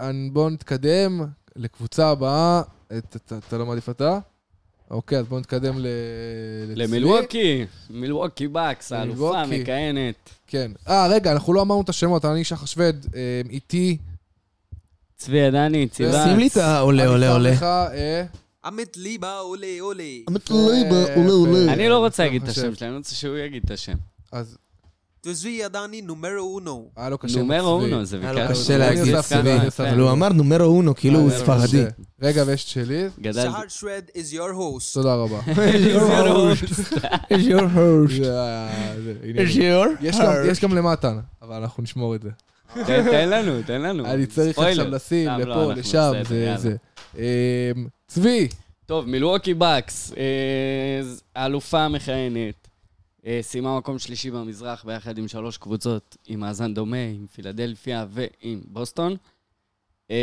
Speaker 1: ובואו נתקדם לקבוצה הבאה. את- אתה- אתה לא מעדיף אתה? אוקיי, אז בואו נתקדם ל- לצבי.
Speaker 4: למילווקי, מילווקי בקס, האלופה
Speaker 1: למילווקי.
Speaker 4: מכהנת.
Speaker 1: כן. אה, רגע, אנחנו לא אמרנו את השמות, אני שחר שווד, אה, איתי.
Speaker 4: צבי עדני, ציבץ.
Speaker 5: שים לי את העולה,
Speaker 1: אני
Speaker 5: עולה,
Speaker 1: שם
Speaker 5: עולה.
Speaker 1: לך, אה,
Speaker 3: עמית ליבה, עולה, עולה.
Speaker 4: אני לא רוצה להגיד את
Speaker 1: חושב.
Speaker 4: השם שלהם, אני רוצה שהוא יגיד את השם.
Speaker 1: אז
Speaker 3: תוזוי עדני, נומרו אונו.
Speaker 1: היה לו קשה. עם
Speaker 4: נומרו
Speaker 1: צבי.
Speaker 4: אונו, זה
Speaker 5: היה לו
Speaker 4: ביקר.
Speaker 5: קשה להגיד,
Speaker 1: צבי,
Speaker 5: אבל הוא אמר נומרו אונו, כאילו הוא
Speaker 1: היה לו
Speaker 5: ספרדי.
Speaker 1: קשה. רגע, ויש את שלי.
Speaker 4: גדלתי.
Speaker 1: לא.
Speaker 3: שחר שווד is your host.
Speaker 1: תודה רבה.
Speaker 5: It's your host.
Speaker 1: זה ה- זה, הנה.
Speaker 5: It's your
Speaker 1: יש גם-
Speaker 5: host.
Speaker 1: יש גם למטן, אבל אנחנו נשמור את זה.
Speaker 4: תן תן לנו, תן לנו.
Speaker 1: אני צריך
Speaker 4: ספוילר.
Speaker 1: עכשיו לשים
Speaker 4: סתם, לא,
Speaker 1: לפה,
Speaker 4: אנחנו
Speaker 1: לשם,
Speaker 4: בסדר,
Speaker 1: זה
Speaker 4: יאללה.
Speaker 1: זה. אמ, צבי,
Speaker 4: טוב, מילווקי בקס, אה, ז- האלופה המכהנת, אה, סיימה מקום שלישי במזרח ביחד עם שלוש קבוצות, עם מאזן דומה, עם פילדלפיה ועם בוסטון. אה,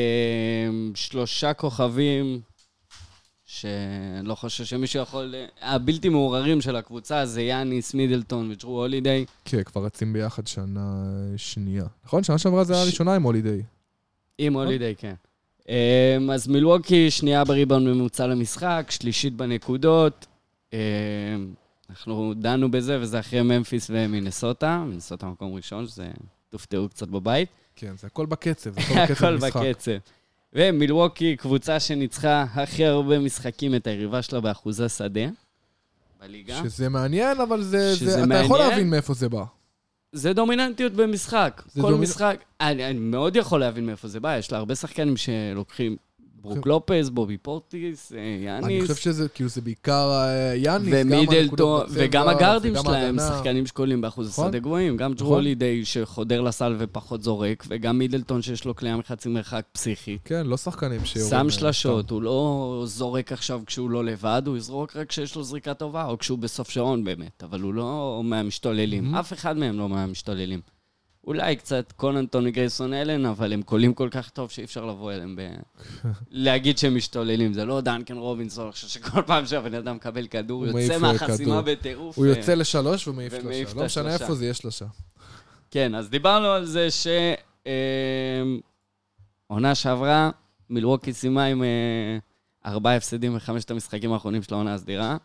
Speaker 4: שלושה כוכבים שאני לא חושב שמישהו יכול... אה, הבלתי מעורערים של הקבוצה זה יאניס, מידלטון וג'רו הולידיי.
Speaker 1: כן, כבר רצים ביחד שנה שנייה. נכון? שנה שעברה זה היה
Speaker 4: ש-
Speaker 1: ראשונה עם הולידיי.
Speaker 4: עם הולידיי, כן. אמ, אז מילווקי, שנייה בריבאונד ממוצע למשחק, שלישית בנקודות. אמ, אנחנו דנו בזה, וזה אחרי ממפיס ומינסוטה. מינסוטה מקום ראשון, שזה תופתעו קצת בבית.
Speaker 1: כן, זה הכל בקצב, זה הכל בקצב
Speaker 4: הכל
Speaker 1: משחק.
Speaker 4: בקצב. ומילווקי, קבוצה שניצחה הכי הרבה משחקים את היריבה שלה באחוזי שדה בליגה.
Speaker 1: שזה מעניין, אבל זה...
Speaker 4: שזה
Speaker 1: זה- אתה יכול
Speaker 4: מעניין?
Speaker 1: להבין מאיפה זה בא.
Speaker 4: זה דומיננטיות במשחק.
Speaker 1: זה
Speaker 4: כל
Speaker 1: דומינ-
Speaker 4: משחק... אני, אני מאוד יכול להבין מאיפה זה בא, יש לה הרבה שחקנים שלוקחים... ברוק לופס, בובי פורטיס, אה,
Speaker 1: כן. אני חושב
Speaker 4: יאניס,
Speaker 1: שזה, כאילו, זה בעיקר אה, יאניס, גם
Speaker 4: ומידלטון,
Speaker 1: הנקודות בצבע,
Speaker 4: וגם הגארדים
Speaker 1: וגם
Speaker 4: שלהם,
Speaker 1: ההגנה.
Speaker 4: שחקנים שקולים באחוז
Speaker 1: נכון.
Speaker 4: השדה גבוהים, גם
Speaker 1: נכון.
Speaker 4: ג'רו הולידיי שחודר לסל ופחות זורק, וגם מידלטון שיש לו כליאה מחצי מרחק פסיכי.
Speaker 1: כן, לא שחקנים שיורים...
Speaker 4: שם
Speaker 1: אה,
Speaker 4: שלשות, הוא לא זורק עכשיו כשהוא לא לבד, הוא יזרוק רק כשיש לו זריקה טובה, או כשהוא בסוף שעון באמת, אבל הוא לא מהמשתוללים. אף אחד מהם לא מהמשתוללים. אולי קצת קונן טוני גרייסון אלן, אבל הם קולים כל כך טוב שאי אפשר לבוא אליהם ב... להגיד שהם משתוללים. זה לא דנקן רובינסון עכשיו שכל פעם שהבן אדם מקבל כדור,
Speaker 1: הוא
Speaker 4: הוא
Speaker 1: מעיף,
Speaker 4: יוצא
Speaker 1: אה,
Speaker 4: מהחסימה
Speaker 1: כדור.
Speaker 4: בטירוף.
Speaker 1: הוא
Speaker 4: אה,
Speaker 1: יוצא לשלוש ומעיף
Speaker 4: ומעיף
Speaker 1: שלושה.
Speaker 4: את
Speaker 1: לא משנה
Speaker 4: השלושה.
Speaker 1: איפה זה יהיה שלושה.
Speaker 4: כן, אז דיברנו על זה ש... אמ, עונה שעברה, מילווקי סיימה עם אה, ארבעה הפסדים מחמשת המשחקים האחרונים של העונה הסדירה,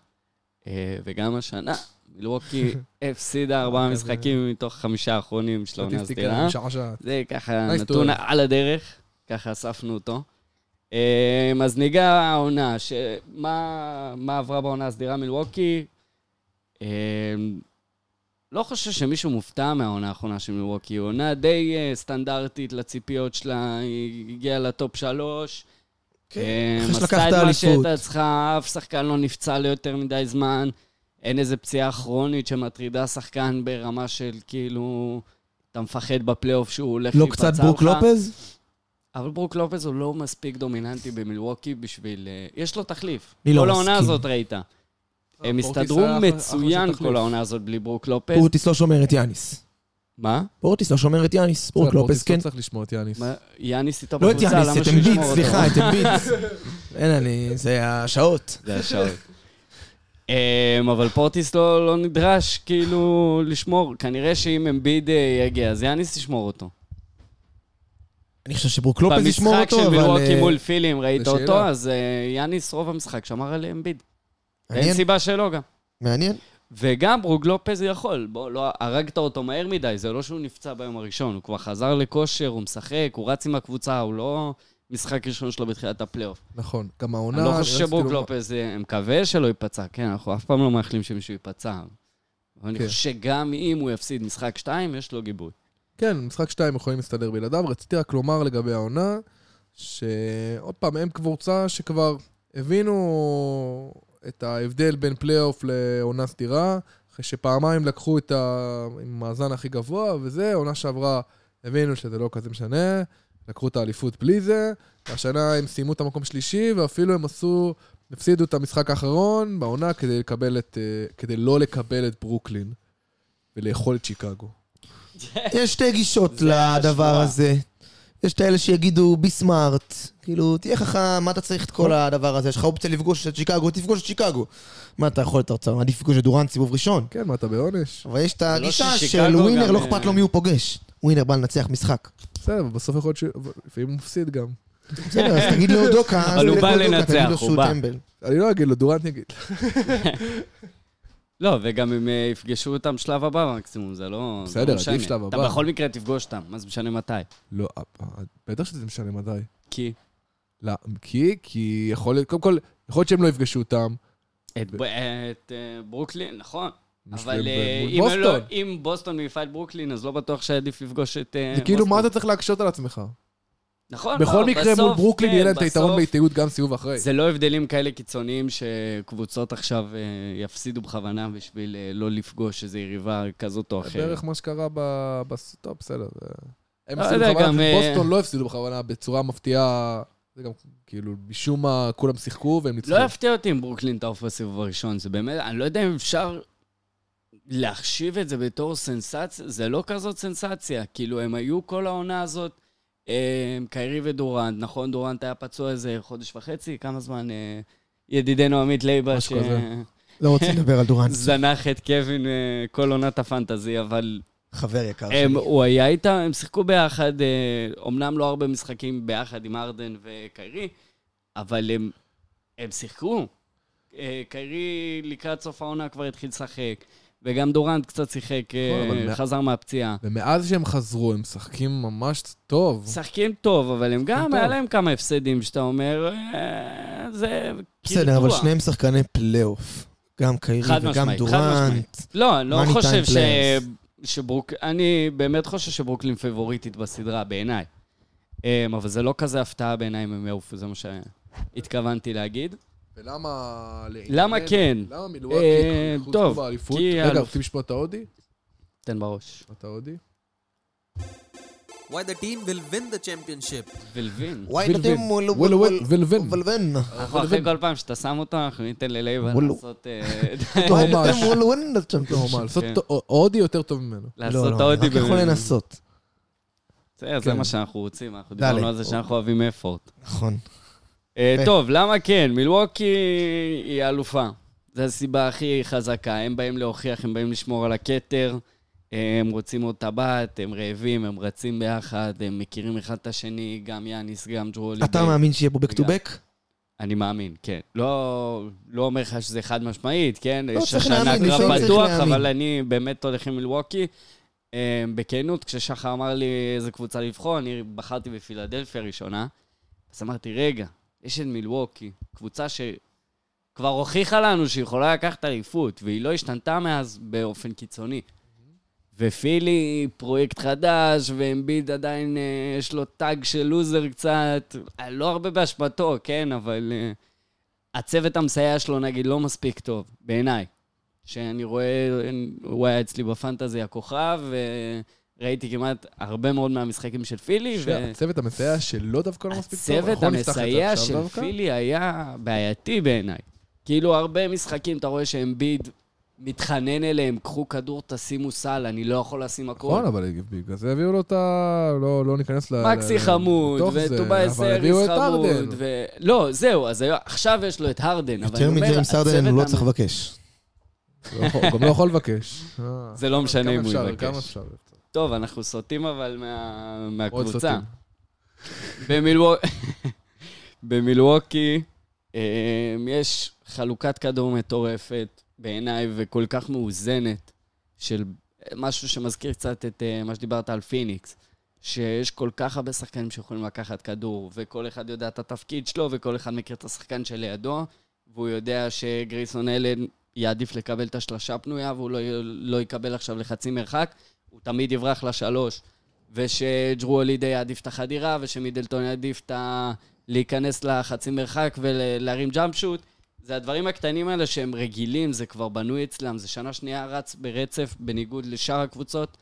Speaker 4: אה, וגם השנה, מילווקי הפסידה ארבעה
Speaker 1: כזה.
Speaker 4: משחקים מתוך החמישה האחרונים של העונה
Speaker 1: סטטיסטיקה
Speaker 4: הסדירה.
Speaker 1: משעשעת.
Speaker 4: זה ככה
Speaker 1: Nice to
Speaker 4: נתון
Speaker 1: have.
Speaker 4: על הדרך, ככה אספנו אותו. אמ, אז ניגע העונה, ש... מה, מה עברה בעונה הסדירה מלווקי? אמ, לא חושב שמישהו מופתע מהעונה האחרונה של מלווקי, היא עונה די אה, סטנדרטית לציפיות שלה, היא הגיעה לטופ שלוש.
Speaker 5: כן,
Speaker 4: אמ,
Speaker 5: אחרי
Speaker 4: עשתה את
Speaker 5: שלקחת
Speaker 4: מה
Speaker 5: אליפות.
Speaker 4: שהייתה צריכה, אף שחקן לא נפצע ליותר מדי זמן, אין איזה פציעה כרונית שמטרידה שחקן ברמה של כאילו, אתה מפחד בפלייאוף שהוא הולך
Speaker 5: לא
Speaker 4: להיפצע
Speaker 5: קצת ברוק
Speaker 4: לך.
Speaker 5: לופז?
Speaker 4: אבל ברוק לופז הוא לא מספיק דומיננטי במילווקי בשביל... אה, יש לו תחליף.
Speaker 5: אני לא
Speaker 4: כל העונה
Speaker 5: מסכים.
Speaker 4: הזאת ראית. הם
Speaker 1: פורטיס
Speaker 4: הסתדרו
Speaker 1: היה אה, אחלה- אחלה של
Speaker 4: מצוין
Speaker 1: תחליף.
Speaker 4: כל העונה הזאת בלי ברוק לופז.
Speaker 5: פורטיס לא שומר את יאניס.
Speaker 4: מה?
Speaker 5: פורטיס לא שומר את יאניס, פורק
Speaker 1: בסדר,
Speaker 5: לופס
Speaker 1: פורטיס לא
Speaker 5: כן.
Speaker 1: צריך לשמוע את יאניס.
Speaker 4: מה, יאניס איתו
Speaker 5: לא את
Speaker 4: בקבוצה, למה
Speaker 5: יאניס, את
Speaker 4: שהוא
Speaker 5: אמביט,
Speaker 4: ישמור אותו?
Speaker 5: סליחה, את אמביט. אין, אני... זה השעות.
Speaker 4: זה השעות. אמ, אבל פורטיס לא, לא נדרש כאילו לשמור, כנראה שאם אמביד אה, יגיע, אז יאניס ישמור אותו.
Speaker 5: אני חושב שברוק לופס ישמור לא אותו, אבל...
Speaker 4: במשחק של מילווקי
Speaker 5: אה,
Speaker 4: מול פילים ראית
Speaker 1: זה שאלה.
Speaker 4: אותו, אז אה, יאניס רוב המשחק שמר על אמביד. אין
Speaker 5: מעניין,
Speaker 4: סיבה שלא גם.
Speaker 5: מעניין.
Speaker 4: וגם ברוג לופז יכול, בוא, לא הרגת אותו מהר מדי, זה לא שהוא נפצע ביום הראשון, הוא כבר חזר לכושר, הוא משחק, הוא רץ עם הקבוצה, הוא לא משחק ראשון שלו בתחילת הפלייאוף.
Speaker 1: נכון, גם העונה...
Speaker 4: אני לא חושב
Speaker 1: רציתי
Speaker 4: שברוג
Speaker 1: לומר-
Speaker 4: לופז, אה, אני מקווה שלא ייפצע, כן, אנחנו אף פעם לא מאחלים שמישהו ייפצע. אבל אני
Speaker 1: כן.
Speaker 4: חושב שגם אם הוא יפסיד משחק 2, יש לו גיבוי.
Speaker 1: כן, משחק שתיים יכולים להסתדר בלעדיו. רציתי רק לומר לגבי העונה, שעוד פעם, הם קבוצה שכבר הבינו את ההבדל בין פלייאוף לעונה סדירה, אחרי שפעמיים לקחו את ה- עם המאזן הכי גבוה, וזה, עונה שעברה הבינו שזה לא כזה משנה, לקחו את האליפות בלי זה, והשנה הם סיימו את המקום שלישי, ואפילו הם עשו, הפסידו את המשחק האחרון בעונה כדי לקבל את, אה, כדי לא לקבל את ברוקלין, ולאכול את שיקגו.
Speaker 5: יש שתי גישות
Speaker 4: זה
Speaker 5: לדבר
Speaker 4: השמועה.
Speaker 5: הזה. יש את האלה שיגידו בי סמארט, כאילו, תהיה חכם, מה אתה צריך את
Speaker 4: נכון.
Speaker 5: כל הדבר הזה? יש לך אופציה לפגוש את שיקגו, תפגוש את שיקגו. מה אתה יכול את האוצר? עדיף לפגוש את דורן סיבוב ראשון.
Speaker 1: כן, מה אתה בעונש?
Speaker 5: אבל יש את
Speaker 4: לא
Speaker 5: הגישה
Speaker 4: ששיקגו
Speaker 5: של ווינר,
Speaker 4: גם,
Speaker 5: לא
Speaker 4: אה,
Speaker 5: אכפת לו מי הוא פוגש. ווינר בא לנצח משחק.
Speaker 1: בסדר, אבל בסוף יכול להיות ש... לפעמים הוא מפסיד גם.
Speaker 5: בסדר, אז תגיד לו דוקה, אז
Speaker 4: אבל הוא
Speaker 5: תגיד
Speaker 4: בא
Speaker 5: לו דוקה,
Speaker 4: לנצח,
Speaker 5: תגיד לו
Speaker 4: הוא
Speaker 5: שהוא
Speaker 4: בא.
Speaker 5: טמבל.
Speaker 1: אני לא אגיד לו, דורנט יגיד.
Speaker 4: לא, וגם אם אה, יפגשו אותם שלב הבא מקסימום, זה לא... זה לא
Speaker 1: בסדר,
Speaker 4: משנה.
Speaker 1: עדיף שלב
Speaker 4: אתה
Speaker 1: הבא.
Speaker 4: בכל מקרה תפגוש אותם, מה זה משנה מתי?
Speaker 1: לא, אה, בטח שזה משנה מדי.
Speaker 4: כי...
Speaker 1: לא, כי, כי יכול להיות, קודם כל, יכול להיות שהם לא יפגשו אותם.
Speaker 4: את, ב... את אה, ברוקלין, נכון. אבל
Speaker 1: בשביל-
Speaker 4: אה,
Speaker 1: מול
Speaker 4: אם, הם לא,
Speaker 1: בוסטון.
Speaker 4: אם בוסטון מפעל ברוקלין, אז לא בטוח שעדיף לפגוש את אה,
Speaker 1: זה כאילו, מה
Speaker 4: בוסטון.
Speaker 1: אתה צריך להקשות על עצמך?
Speaker 4: נכון,
Speaker 1: בכל
Speaker 4: לא,
Speaker 1: מקרה, מול
Speaker 4: בסוף,
Speaker 1: ברוקלין
Speaker 4: כן,
Speaker 1: יהיה להם את
Speaker 4: בסוף
Speaker 1: היתרון בהתיעוד גם סיבוב אחרי.
Speaker 4: זה לא הבדלים כאלה קיצוניים שקבוצות עכשיו אה, יפסידו בכוונה בשביל אה, לא לפגוש איזו יריבה כזאת או
Speaker 1: זה
Speaker 4: אחרת.
Speaker 1: בערך מה שקרה ב... בס- טוב, בסדר. זה- הם
Speaker 4: לא
Speaker 1: הפסידו
Speaker 4: יודע,
Speaker 1: בכוונה,
Speaker 4: גם, אה,
Speaker 1: בוסטון לא הפסידו בכוונה בצורה מפתיעה. זה גם, כאילו, משום מה, כולם שיחקו והם ניצחו.
Speaker 4: לא יפתיע אותי אם ברוקלין תעוף בסיבוב הראשון, זה באמת, אני לא יודע אם אפשר להחשיב את זה בתור סנסציה, זה לא כזאת סנסציה, כאילו הם היו כל העונה הזאת, אה, קיירי ודורנט, נכון, דורנט היה פצוע איזה חודש וחצי, כמה זמן, אה, ידידנו עמית לייבה,
Speaker 1: משהו כזה.
Speaker 5: לא רוצה לדבר על דורן.
Speaker 4: שזנח את קווין אה, כל עונת הפנטזי, אבל
Speaker 5: חבר יקר
Speaker 4: הם,
Speaker 5: שלי.
Speaker 4: הוא היה איתם, הם שיחקו ביחד, אה, אומנם לא הרבה משחקים ביחד עם ארדן וקיירי, אבל הם, הם שיחקו. אה, קיירי לקראת סוף העונה כבר התחיל לשחק, וגם דורנט קצת שיחק, אה,
Speaker 1: נכון, אבל-
Speaker 4: חזר מהפציעה.
Speaker 1: ומאז שהם חזרו, הם משחקים ממש טוב.
Speaker 4: משחקים טוב, אבל הם גם,
Speaker 1: טוב.
Speaker 4: היה להם כמה הפסדים שאתה אומר, אה, זה
Speaker 5: בסדר, אבל שניהם שחקני פלייאוף. גם קיירי
Speaker 4: חד
Speaker 5: וגם
Speaker 4: משמעית, חד
Speaker 5: דורנט.
Speaker 4: משמעית. לא, אני לא
Speaker 5: Money time
Speaker 4: חושב ש...
Speaker 5: players.
Speaker 4: שברוק... אני באמת חושב שברוקלין פבוריטית בסדרה, בעיניי. אמ, אבל זה לא כזה הפתעה בעיניי אם הם יעופו, זה מה שהתכוונתי להגיד.
Speaker 1: ולמה...
Speaker 4: למה
Speaker 1: לענייננו?
Speaker 4: כן?
Speaker 1: למה
Speaker 4: אה,
Speaker 1: מילואקי חוזקו
Speaker 4: טוב,
Speaker 1: באליפות?
Speaker 4: כי
Speaker 1: רגע,
Speaker 4: ה-
Speaker 1: רוצים לשמוע את ההודי?
Speaker 4: תן בראש.
Speaker 1: את ההודי?
Speaker 3: Why the team will win the championship.
Speaker 4: ולווין.
Speaker 5: וואי,
Speaker 1: וילבן. וילבן. וילבן.
Speaker 5: ולבן.
Speaker 4: אנחנו אחרי כל פעם שאתה שם אותו, אנחנו ניתן ללייבן
Speaker 5: וולו.
Speaker 4: לעשות אה,
Speaker 1: ממש.
Speaker 5: לא, וילבן וולבן.
Speaker 1: נורמל. אוקיי, לעשות
Speaker 4: כן.
Speaker 1: ט- הודי יותר טוב ממנו.
Speaker 5: לא,
Speaker 4: לעשות את
Speaker 5: לא,
Speaker 4: ההודי.
Speaker 5: רק יכול
Speaker 4: במ-
Speaker 5: לנסות.
Speaker 4: בסדר, זה
Speaker 5: כן.
Speaker 4: מה שאנחנו רוצים, אנחנו
Speaker 5: דלת.
Speaker 4: דיברנו על זה שאנחנו אוהבים אפורט.
Speaker 5: נכון.
Speaker 4: אה,
Speaker 5: יפה.
Speaker 4: טוב, למה כן? מילווקי היא אלופה. זו הסיבה הכי חזקה. הם באים להוכיח, הם באים לשמור על הכתר, אה, הם רוצים עוד טבעת, הם רעבים, הם רצים ביחד, הם מכירים אחד את השני, גם יאניס, גם ג'רולי.
Speaker 5: אתה מאמין שיהיה פה back to
Speaker 4: רגע.
Speaker 5: back?
Speaker 4: אני מאמין, כן. לא, לא אומר לך שזה חד משמעית, כן?
Speaker 5: לא,
Speaker 4: יש
Speaker 5: צריך
Speaker 4: השנה
Speaker 5: להאמין,
Speaker 4: קרב
Speaker 5: לפעמים צריך
Speaker 4: פתוח,
Speaker 5: להאמין.
Speaker 4: אבל אני באמת הולך עם מילווקי. אה, בכנות, כששחר אמר לי איזה קבוצה לבחור, אני בחרתי בפילדלפיה ראשונה. אז אמרתי, רגע, יש את מילווקי, קבוצה שכבר הוכיחה לנו שהיא יכולה לקחת אליפות, והיא לא השתנתה מאז באופן קיצוני. ופילי, פרויקט חדש, ואמביד עדיין אה, יש לו טאג של לוזר קצת, אה, לא הרבה באשמתו, כן, אבל אה, הצוות המסייע שלו, נגיד, לא מספיק טוב, בעיניי. שאני רואה, אה, הוא היה אצלי בפנטזי הכוכב, וראיתי כמעט הרבה מאוד מהמשחקים של פילי, ו...
Speaker 1: הצוות המסייע שלא דווקא לא מספיק טוב.
Speaker 4: הצוות
Speaker 1: אנחנו נפתח את זה
Speaker 4: המסייע
Speaker 1: עכשיו
Speaker 4: של
Speaker 1: דווקא.
Speaker 4: פילי היה בעייתי בעיניי. כאילו, הרבה משחקים אתה רואה שאמביד מתחנן אליהם, קחו כדור, תשימו סל, אני לא יכול לשים הכול.
Speaker 1: נכון, אבל בגלל זה הביאו לו את ה... לא לא ניכנס ל...
Speaker 4: מקסי
Speaker 1: ל-
Speaker 4: חמוד,
Speaker 1: לתוך זה,
Speaker 4: וטובאי
Speaker 1: אבל
Speaker 4: סריס
Speaker 1: הביאו את
Speaker 4: חמוד,
Speaker 1: ארדן.
Speaker 4: ו... לא, זהו, אז היום- עכשיו יש לו את הרדן, אבל
Speaker 5: יותר
Speaker 4: אני אומר,
Speaker 5: מג'יימס ארדן הוא לא
Speaker 4: הצוות
Speaker 5: צריך
Speaker 4: המ-
Speaker 5: לבקש.
Speaker 1: לא יכול- הוא גם לא יכול לבקש. אה,
Speaker 4: זה לא משנה
Speaker 1: כמה
Speaker 4: אם הוא
Speaker 1: אפשר, כמה
Speaker 4: יבקש.
Speaker 1: אפשר.
Speaker 4: טוב, אנחנו סוטים אבל מה-
Speaker 1: עוד
Speaker 4: מהקבוצה.
Speaker 1: סרטים.
Speaker 4: במילוו- במילווקי אמ, יש חלוקת כדור מטורפת בעיניי וכל כך מאוזנת של משהו שמזכיר קצת את אה, מה שדיברת על פיניקס, שיש כל כך הרבה שחקנים שיכולים לקחת כדור וכל אחד יודע את התפקיד שלו וכל אחד מכיר את השחקן שלידו והוא יודע שגרייסון אלן יעדיף לקבל את השלשה הפנויה והוא לא, לא יקבל עכשיו לחצי מרחק, הוא תמיד יברח לשלוש. ושג'רו הולידי יעדיף את החדירה, ושמידלטון יעדיף את ה... להיכנס לחצי מרחק ולהרים ג'אמפ שוט. זה הדברים הקטנים האלה שהם רגילים, זה כבר בנוי אצלם, זה שנה שנייה רץ ברצף, בניגוד לשאר הקבוצות,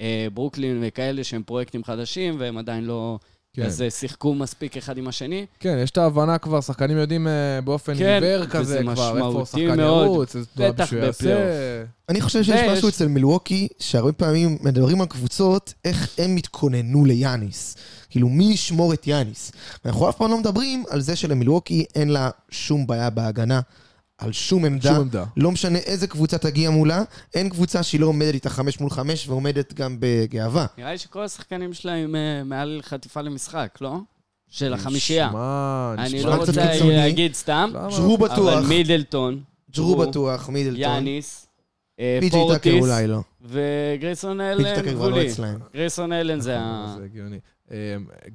Speaker 4: אה, ברוקלין וכאלה שהם פרויקטים חדשים, והם עדיין לא...
Speaker 1: כן.
Speaker 4: כן. אז אה, שיחקו מספיק אחד עם השני.
Speaker 1: כן, יש את ההבנה כבר, שחקנים יודעים אה, באופן
Speaker 4: כן,
Speaker 1: עיוור
Speaker 4: וזה
Speaker 1: כזה כבר, איפה
Speaker 4: משמעותי
Speaker 1: השחקן
Speaker 4: מאוד,
Speaker 1: ירוץ, איזה תנועה
Speaker 4: בטח
Speaker 1: בשביל יעשה.
Speaker 4: בפלייאוף.
Speaker 5: אני חושב שיש
Speaker 4: ויש-
Speaker 5: משהו אצל מילווקי, שהרבה פעמים מדברים על קבוצות, איך הם התכוננו ליאניס. כאילו, מי ישמור את יאניס? ואנחנו אף פעם לא מדברים על זה שלמילווקי אין לה שום בעיה בהגנה, על שום עמדה.
Speaker 1: שום עמדה.
Speaker 5: לא משנה איזה קבוצה תגיע מולה, אין קבוצה שהיא לא עומדת איתה חמש מול חמש ועומדת גם בגאווה.
Speaker 4: נראה לי שכל השחקנים שלהם אה, מעל חטיפה למשחק, לא? של החמישייה.
Speaker 1: נשמע,
Speaker 4: אני
Speaker 1: נשמע
Speaker 4: לא
Speaker 5: קצת
Speaker 4: רוצה
Speaker 5: קיצוני.
Speaker 4: להגיד סתם,
Speaker 1: למה?
Speaker 5: ג'רו בטוח,
Speaker 4: אבל מידלטון,
Speaker 5: ג'רו
Speaker 4: הוא-
Speaker 5: בטוח, מידלטון.
Speaker 4: יאניס, אה,
Speaker 5: פיג'י טאקר
Speaker 4: פורטיס,
Speaker 5: אולי לא.
Speaker 4: וגרייסון
Speaker 5: פיג'י
Speaker 4: אלן
Speaker 5: טאקר כבר לא נכון,
Speaker 4: גבולי.
Speaker 5: אצלהם.
Speaker 4: גרייסון אלן זה ה...
Speaker 1: זה הגיוני. אה,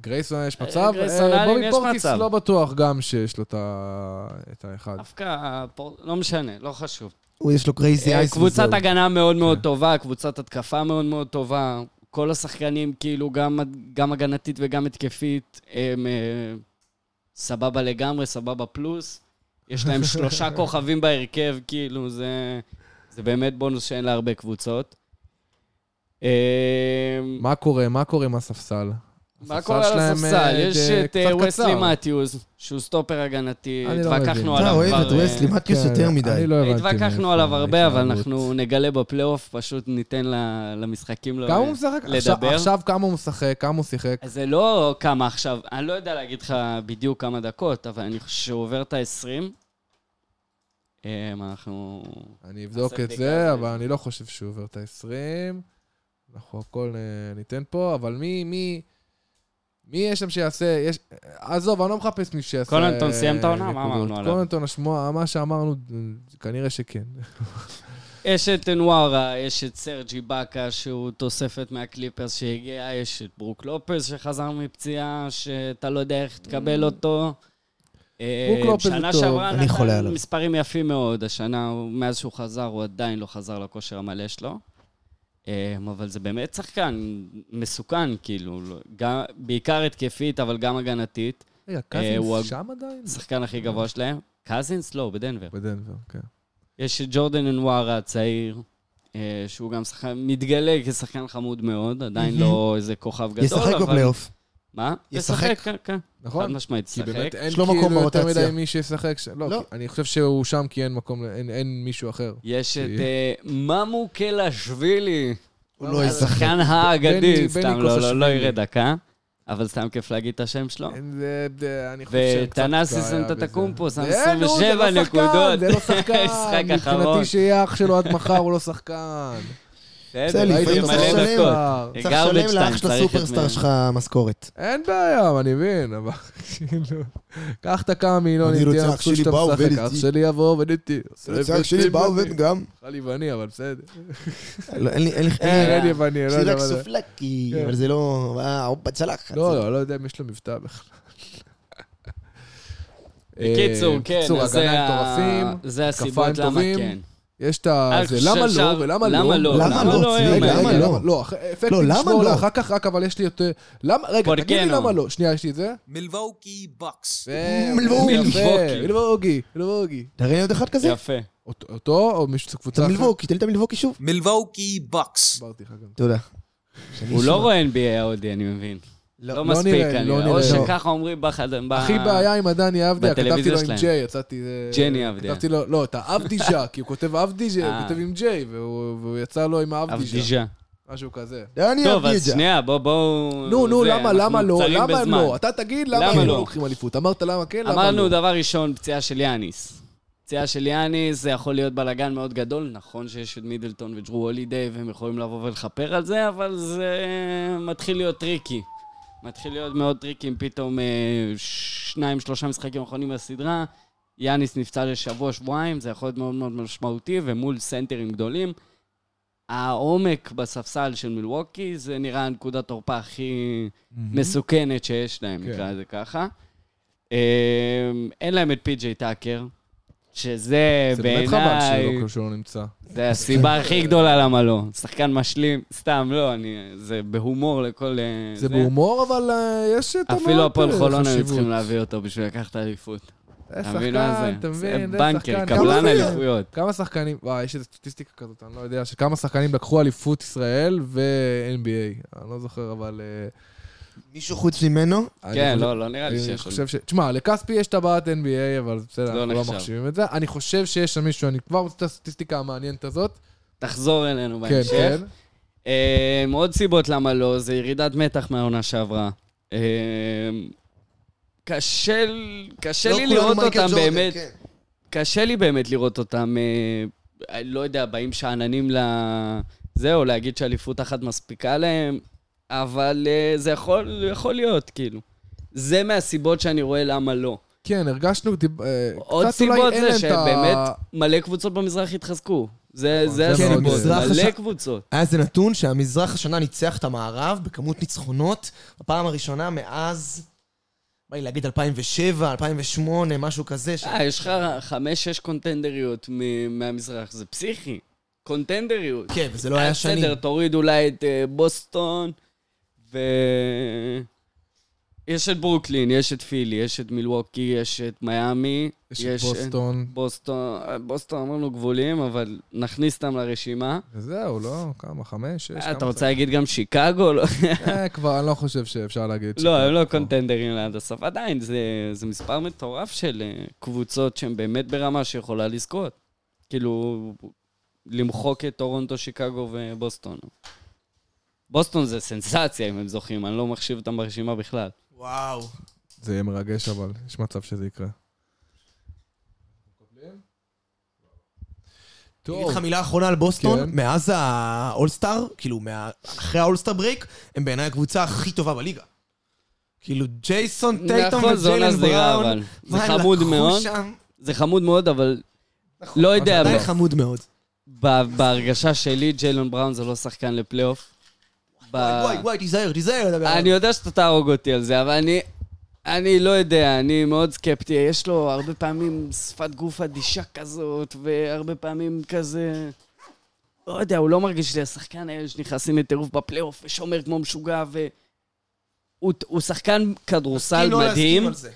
Speaker 1: גרייסון יש מצב,
Speaker 4: גרייסון
Speaker 1: אה,
Speaker 4: אלן
Speaker 1: בובי
Speaker 4: יש
Speaker 1: פורטיס
Speaker 4: מצב.
Speaker 1: לא בטוח גם שיש לו את ה- את האחד.
Speaker 4: דווקא, פור- לא משנה, לא חשוב.
Speaker 5: הוא יש לו קרייזי
Speaker 4: אה,
Speaker 5: אייס
Speaker 4: קבוצת
Speaker 5: וזהו.
Speaker 4: הגנה מאוד מאוד טובה, קבוצת התקפה מאוד מאוד טובה. כל השחקנים, כאילו, גם- גם הגנתית וגם התקפית, הם אה, סבבה לגמרי, סבבה פלוס. יש להם שלושה כוכבים בהרכב, כאילו, זה זה באמת בונוס שאין להרבה קבוצות. אה,
Speaker 1: מה קורה? מה קורה עם הספסל?
Speaker 4: מה
Speaker 1: הספסל
Speaker 4: קורה על
Speaker 1: שלהם,
Speaker 4: הספסל?
Speaker 1: אה,
Speaker 4: יש
Speaker 1: ד-
Speaker 4: את
Speaker 1: קצת
Speaker 4: אה, וסלי
Speaker 1: קצר.
Speaker 4: מתיוז, שהוא סטופר הגנתי,
Speaker 1: אני לא מבין.
Speaker 4: התווכחנו
Speaker 1: אתה
Speaker 5: אתה
Speaker 4: עליו
Speaker 5: אוהב את
Speaker 4: כבר, אה,
Speaker 5: וסלי מתיוס
Speaker 1: כן,
Speaker 5: יותר מדי.
Speaker 1: אני לא הבנתי.
Speaker 4: התווכחנו
Speaker 1: מאיפה
Speaker 4: עליו הרבה, אבל
Speaker 1: ההתלהבות.
Speaker 4: אנחנו נגלה בפלייאוף, פשוט ניתן ל- למשחקים
Speaker 1: כמה
Speaker 4: לא...
Speaker 1: הוא משחק? עכשיו-
Speaker 4: לדבר.
Speaker 1: עכשיו כמה הוא משחק? כמה הוא שיחק?
Speaker 4: אז זה לא כמה עכשיו, אני לא יודע להגיד לך בדיוק כמה דקות, אבל אני חושב שהוא עובר את ה-20. אנחנו...
Speaker 1: אני אבדוק
Speaker 4: נעשה
Speaker 1: את
Speaker 4: בדיקה
Speaker 1: זה,
Speaker 4: על
Speaker 1: אבל אני לא חושב שהוא עובר את ה-20. אנחנו הכל אה, ניתן פה, אבל מי, מי, מי יש שם שיעשה, יש, עזוב, אני לא מחפש מי שיעשה...
Speaker 4: קולנטון
Speaker 1: אה,
Speaker 4: סיים את העונה? מה
Speaker 1: נקודות.
Speaker 4: אמרנו עליו?
Speaker 1: קולנטון, השמוע, מה שאמרנו, אה, כנראה שכן.
Speaker 4: יש את אנוארה, יש את סרג'י באקה, שהוא תוספת מהקליפרס שהגיע, יש את ברוק לופז שחזר מפציעה, שאתה לא יודע איך תקבל אותו. אה,
Speaker 1: ברוק לופז הוא
Speaker 4: שנה
Speaker 1: טוב,
Speaker 4: שעברה
Speaker 5: אני חולה
Speaker 4: נתן
Speaker 5: עליו.
Speaker 4: מספרים יפים מאוד, השנה, הוא- מאז שהוא חזר, הוא עדיין לא חזר לכושר המלא שלו. אה, אבל זה באמת שחקן מסוכן, כאילו, לא- גם- בעיקר התקפית, אבל גם הגנתית.
Speaker 1: רגע,
Speaker 4: אה, הוא-
Speaker 1: קזינס שם עדיין?
Speaker 4: השחקן הכי גבוה שלהם. קזינס? לא, הוא בדנבר.
Speaker 1: בדנבר, כן.
Speaker 4: יש את ג'ורדן אנוארה הצעיר, אה, שהוא גם שחקן, מתגלה כשחקן חמוד מאוד, עדיין
Speaker 5: מהמם.
Speaker 4: לא איזה כוכב גדול.
Speaker 5: ישחק
Speaker 4: אבל-
Speaker 5: בפלייאוף.
Speaker 4: מה?
Speaker 5: ישחק?
Speaker 4: כן, כן. חד
Speaker 1: נכון?
Speaker 4: משמעית,
Speaker 1: כי
Speaker 4: ישחק.
Speaker 1: באמת אין
Speaker 5: יש לו מקום
Speaker 1: כאילו יותר
Speaker 5: ברוטציה.
Speaker 1: מדי מי שישחק שם. לא,
Speaker 5: לא.
Speaker 1: כי אני חושב שהוא שם כי אין מקום, ל- אין- אין מישהו אחר.
Speaker 4: יש את
Speaker 1: שיהיה.
Speaker 4: אה, ממו קלשווילי.
Speaker 5: הוא לא ישחק.
Speaker 4: השחקן האגדי,
Speaker 1: בני-
Speaker 4: סתם,
Speaker 1: בני
Speaker 4: לא, לא,
Speaker 1: קוסאשווילי.
Speaker 4: לא יראה דקה, אבל סתם כיף להגיד את השם שלו.
Speaker 1: אין, כן, זה- זה- אני חושב שהם קצת
Speaker 4: וטנסי
Speaker 1: בעיה בזה. אה,
Speaker 4: סנטטקומפו, שם
Speaker 1: זה, נו, זה
Speaker 4: 27
Speaker 1: לא שחקן,
Speaker 4: נקודות.
Speaker 1: זה לא שחקן,
Speaker 4: משחק אחרון.
Speaker 1: מבחינתי שיהיה אח שלו עד מחר, הוא לא שחקן.
Speaker 4: בסדר,
Speaker 5: לפעמים
Speaker 4: ראיתי
Speaker 5: אתה
Speaker 4: מלא
Speaker 5: משלם.
Speaker 4: דקות.
Speaker 1: כבר.
Speaker 5: צריך
Speaker 4: garbage
Speaker 5: לשלם
Speaker 4: time,
Speaker 5: לאח של
Speaker 4: צריך את
Speaker 5: הסופרסטאר
Speaker 4: מהם.
Speaker 5: שלך משכורת.
Speaker 1: אין בעיה, אני מבין, אבל כאילו... קח את הכמה מיליונים, תהיה
Speaker 5: אני רוצה, אח
Speaker 1: מבסוט
Speaker 5: שלי
Speaker 1: שאתה
Speaker 5: בא עובד
Speaker 1: משחק,
Speaker 5: איתי.
Speaker 1: אח שלי יבוא עובד איתי.
Speaker 5: גם.
Speaker 1: בכלל יווני, אבל בסדר.
Speaker 5: לא, אין לי, אין לי,
Speaker 1: אין,
Speaker 5: אין
Speaker 1: אין
Speaker 5: לי.
Speaker 1: יווני,
Speaker 5: אה. יש
Speaker 1: אה, לא
Speaker 5: לי
Speaker 1: יודע
Speaker 5: רק
Speaker 1: מה זה.
Speaker 5: סופלקי,
Speaker 1: כן.
Speaker 5: אבל זה לא... אה, הוא בצלחת.
Speaker 1: לא, לא, לא יודע אם יש לו מבטא בכלל.
Speaker 4: בקיצור,
Speaker 1: אה,
Speaker 4: כן,
Speaker 1: בקיצור,
Speaker 4: אז זה
Speaker 1: הגנה
Speaker 4: ה-
Speaker 1: מטורפים.
Speaker 4: זה הסיבות למה
Speaker 1: טובים.
Speaker 4: כן.
Speaker 1: יש את ה...
Speaker 4: אני
Speaker 1: זה
Speaker 4: חושב
Speaker 1: למה
Speaker 4: שה-
Speaker 1: לא, ולמה לא.
Speaker 4: למה לא?
Speaker 5: למה לא, צבי?
Speaker 4: אין
Speaker 1: רגע,
Speaker 4: בעיה.
Speaker 1: רגע,
Speaker 5: למה לא?
Speaker 1: למה לא? אח- אפקטים
Speaker 5: לא, למה
Speaker 1: שמור
Speaker 5: לא?
Speaker 1: לאחר כך, רק אבל יש לי יותר... למה? רגע,
Speaker 4: Por
Speaker 1: תגיד
Speaker 4: qué
Speaker 1: לי
Speaker 4: no?
Speaker 1: למה לא. שנייה, יש לי את זה.
Speaker 3: Milwaukee Bucks.
Speaker 1: מלבוקי.
Speaker 4: מלבוקי.
Speaker 1: מלבוקי, מלבוקי.
Speaker 5: תראה לי עוד אחד כזה.
Speaker 4: יפה.
Speaker 1: אותו- אותו או מישהו קבוצה
Speaker 5: אתה
Speaker 1: אחרת?
Speaker 5: מלבוקי, תן לי את המלבוקי שוב.
Speaker 3: Milwaukee Bucks.
Speaker 1: הסברתי לך גם.
Speaker 5: תודה.
Speaker 4: לא- הוא לא רואה NBA ההודי, אני מבין. לא מספיק,
Speaker 1: נראה לי, לא
Speaker 4: כנראה.
Speaker 1: נראה
Speaker 4: או
Speaker 1: לי.
Speaker 4: שככה אומרים בחד... ב-
Speaker 1: הכי בעיה עם עדני עבדיה, כתבתי
Speaker 4: אה, בטלוויזיה
Speaker 1: לו עם
Speaker 4: שלהם.
Speaker 1: ג'יי, יצאתי... אה,
Speaker 4: ג'ני עבדיה.
Speaker 1: כתבתי לו, לא, את האבדיז'ה, כי הוא כותב אבדיז'ה, הוא
Speaker 4: אה.
Speaker 1: כותב עם ג'יי, והוא והוא יצא לו עם האבדיז'ה.
Speaker 4: אבדיג'ה.
Speaker 1: משהו כזה.
Speaker 5: דני
Speaker 4: טוב, אז
Speaker 5: אביג'ה.
Speaker 4: שנייה, בואו... בואו...
Speaker 1: נו, נו,
Speaker 4: זה,
Speaker 1: למה,
Speaker 4: אנחנו
Speaker 1: למה לא?
Speaker 4: קצרים
Speaker 1: למה
Speaker 4: בזמן.
Speaker 1: לא? אתה תגיד למה
Speaker 4: למה
Speaker 1: הם
Speaker 4: לא?
Speaker 1: לא לוקחים אליפות. אמרת למה כן, למה
Speaker 4: אמרנו
Speaker 1: לא.
Speaker 4: דבר ראשון, פציעה של יאניס. פציעה של יאניס, זה יכול להיות בלאגן מאוד גדול. נכון שיש את מידלטון וג'רו הולידיי, והם יכולים לבוא ולכפר על זה, אבל זה מתחיל להיות טריקי. מתחיל להיות מאוד טריקי אם פתאום אה, שניים, שלושה משחקים אחרונים בסדרה. יאניס נפצע לשבוע, שבועיים, זה יכול להיות מאוד מאוד משמעותי, ומול סנטרים גדולים. העומק בספסל של מילווקי, זה נראה הנקודת תורפה הכי מסוכנת שיש להם,
Speaker 1: כן.
Speaker 4: נקרא לזה ככה. אמ, אין להם את פי.ג'יי טאקר, שזה
Speaker 1: זה באמת חבל
Speaker 4: בעיניי,
Speaker 1: שלא- שלא נמצא.
Speaker 4: זה הסיבה הכי גדולה למה לא. שחקן משלים, סתם לא, אני- זה בהומור לכל... אה,
Speaker 1: זה בהומור, אבל אה, יש את
Speaker 4: אפילו הפועל חולון היו
Speaker 1: חשיבות.
Speaker 4: צריכים להביא אותו בשביל לקחת אליפות.
Speaker 1: זה
Speaker 4: אתה מבין מה
Speaker 1: שחקן,
Speaker 4: זה?
Speaker 1: אתה
Speaker 4: זה
Speaker 1: מבין? זה
Speaker 4: בנקר,
Speaker 1: שחקן.
Speaker 4: קבלן
Speaker 1: כמה-
Speaker 4: אליפויות.
Speaker 1: כמה שחקנים, וואי, יש איזו סטטיסטיקה כזאת, אני לא יודע, שכמה שחקנים לקחו אליפות ישראל ו-NBA. אני לא זוכר, אבל... אה,
Speaker 5: מישהו חוץ ממנו?
Speaker 1: אני
Speaker 4: כן,
Speaker 1: חושב-
Speaker 4: לא, לא נראה לי
Speaker 1: אני
Speaker 4: שיש
Speaker 1: חושב ש... תשמע, לכספי יש טבעת NBA, אבל בסדר,
Speaker 4: לא
Speaker 1: אנחנו לא
Speaker 4: נחשב.
Speaker 1: מחשיבים את זה. אני חושב שיש שם מישהו, אני כבר רוצה את הסטטיסטיקה המעניינת הזאת.
Speaker 4: תחזור אלינו
Speaker 1: כן,
Speaker 4: בהמשך.
Speaker 1: כן.
Speaker 4: אמ, עוד סיבות למה לא, זה ירידת מתח מהעונה שעברה. אמ, קשה, קשה
Speaker 5: לא
Speaker 4: לי
Speaker 5: כולנו
Speaker 4: לראות
Speaker 5: מייקל
Speaker 4: אותם
Speaker 5: ג'ורדן,
Speaker 4: באמת,
Speaker 5: כן.
Speaker 4: קשה לי באמת לראות אותם, אה, אני לא יודע, באים שאננים ל... זהו, להגיד שאליפות אחת מספיקה להם, אבל אה, זה יכול, יכול להיות, כאילו. זה מהסיבות שאני רואה למה לא.
Speaker 1: כן, הרגשנו טיפ- אה,
Speaker 4: עוד
Speaker 1: קצת אולי
Speaker 4: סיבות
Speaker 1: אין להם
Speaker 4: זה
Speaker 1: את ה...
Speaker 4: שבאמת מלא קבוצות במזרח התחזקו. זה, זה
Speaker 1: זה מאוד
Speaker 4: הסיבות,
Speaker 5: מזרח
Speaker 4: מלא
Speaker 5: הש-
Speaker 4: קבוצות.
Speaker 5: היה איזה נתון שהמזרח השנה ניצח את המערב בכמות ניצחונות בפעם הראשונה מאז, בא לי להגיד 2007, 2008, משהו כזה. ש-
Speaker 4: אה, יש לך חמש-שש קונטנדריות מ- מהמזרח, זה פסיכי. קונטנדריות.
Speaker 5: כן, וזה לא היה שנים.
Speaker 4: אה, בסדר, תוריד אולי את אה, בוסטון, ו... יש את ברוקלין, יש את פילי, יש את מילווקי, יש את מיאמי.
Speaker 1: יש את בוסטון.
Speaker 4: בוסטון, אה, בוסטון אמרנו גבולים, אבל נכניס אותם לרשימה.
Speaker 1: וזהו, לא? כמה? חמש? שש?
Speaker 4: אה,
Speaker 1: כמה
Speaker 4: אתה רוצה
Speaker 1: זה?
Speaker 4: להגיד גם שיקגו? לא,
Speaker 1: אה, כבר, אני לא חושב שאפשר להגיד...
Speaker 4: לא,
Speaker 1: שכן.
Speaker 4: הם לא קונטנדרים עד הסוף. עדיין, זה- זה מספר מטורף של אה, קבוצות שהן באמת ברמה שיכולה לזכות. כאילו, למחוק את טורונטו, שיקגו ובוסטון. בוסטון זה סנסציה אם הם זוכים, אני לא מחשיב אותם ברשימה בכלל.
Speaker 5: וואו.
Speaker 1: זה יהיה מרגש, אבל יש מצב שזה יקרה.
Speaker 5: אני אגיד
Speaker 1: טוב,
Speaker 5: לך מילה אחרונה על בוסטון,
Speaker 1: כן.
Speaker 5: מאז האולסטאר, כאילו מה- אחרי האולסטאר ברייק, הם בעיניי הקבוצה הכי טובה בליגה. כאילו ג'ייסון טייטום
Speaker 4: נכון, זו עונה
Speaker 5: וג'יילן
Speaker 4: סדירה,
Speaker 5: בראון,
Speaker 4: אבל. זה
Speaker 5: מה הם
Speaker 4: חמוד
Speaker 5: לקחו
Speaker 4: מאוד.
Speaker 5: שם?
Speaker 4: זה חמוד מאוד, אבל לא יודע,
Speaker 5: נכון, עדיין
Speaker 4: אבל
Speaker 5: חמוד מאוד.
Speaker 4: ב- בהרגשה שלי, ג'יילון בראון זה לא שחקן לפלייאוף. ב-
Speaker 5: וואי וואי כאילו, וואי, תיזהר, תיזהר. לדבר עליו.
Speaker 4: אה, אני יודע שאתה תהרוג אותי על זה, אבל אני... אני לא יודע, אני מאוד סקפטי. יש לו הרבה פעמים שפת גוף אדישה כזאת, והרבה פעמים כזה... לא יודע, הוא לא מרגיש לי השחקן האלה שנכנסים לטירוף בפלייאוף ושומר כמו משוגע, ו... הוא, הוא שחקן כדורסל
Speaker 5: כאילו לא להסכים
Speaker 4: מדהים.
Speaker 5: על זה.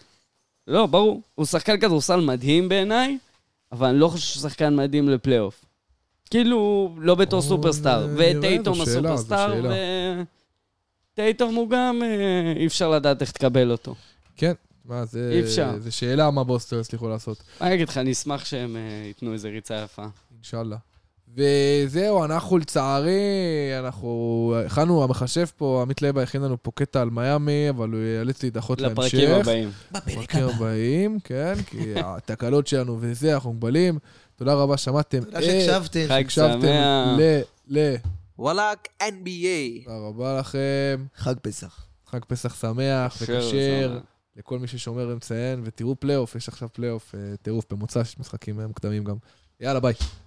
Speaker 4: לא, ברור. הוא שחקן כדורסל מדהים בעיניי, אבל אני לא חושב שהוא שחקן מדהים לפלייאוף. כאילו, לא בתור
Speaker 1: או,
Speaker 4: סופרסטאר.
Speaker 1: נראה, זו
Speaker 4: וטייטום
Speaker 1: שאלה, זו
Speaker 4: הסופרסטאר, ו... טייטום הוא גם, אה, אי אפשר לדעת איך תקבל אותו.
Speaker 1: כן, מה, זה...
Speaker 4: אי אפשר.
Speaker 1: זה שאלה מה בוסטון הצליחו לעשות.
Speaker 4: אני אגיד לך, אני אשמח שהם אה, ייתנו איזה ריצה יפה.
Speaker 1: אינשאללה. וזהו, אנחנו לצערי, אנחנו הכנו, המחשב פה, עמית לבה הכין לנו פה קטע על מיאמי, אבל הוא ייאלץ להידחות להמשך.
Speaker 4: לפרקים הבאים. אוקיי,
Speaker 5: בפרק
Speaker 1: בפרקים
Speaker 5: הבא.
Speaker 1: הבאים, אוקיי, כן, כי התקלות שלנו וזה, אנחנו מוגבלים. תודה רבה, שמעתם.
Speaker 5: תודה שהקשבתם.
Speaker 4: אה, חג
Speaker 1: הקשבתם
Speaker 4: שמח.
Speaker 1: ל... ל...
Speaker 3: Walak NBA.
Speaker 1: תודה רבה לכם.
Speaker 5: חג פסח.
Speaker 1: חג פסח שמח
Speaker 4: כשר,
Speaker 1: וכשר
Speaker 4: שמח.
Speaker 1: לכל מי ששומר ומציין, ותראו פלייאוף, יש עכשיו פלייאוף, אה, טירוף במוצ"ש, משחקים אה, מוקדמים גם. יאללה, ביי.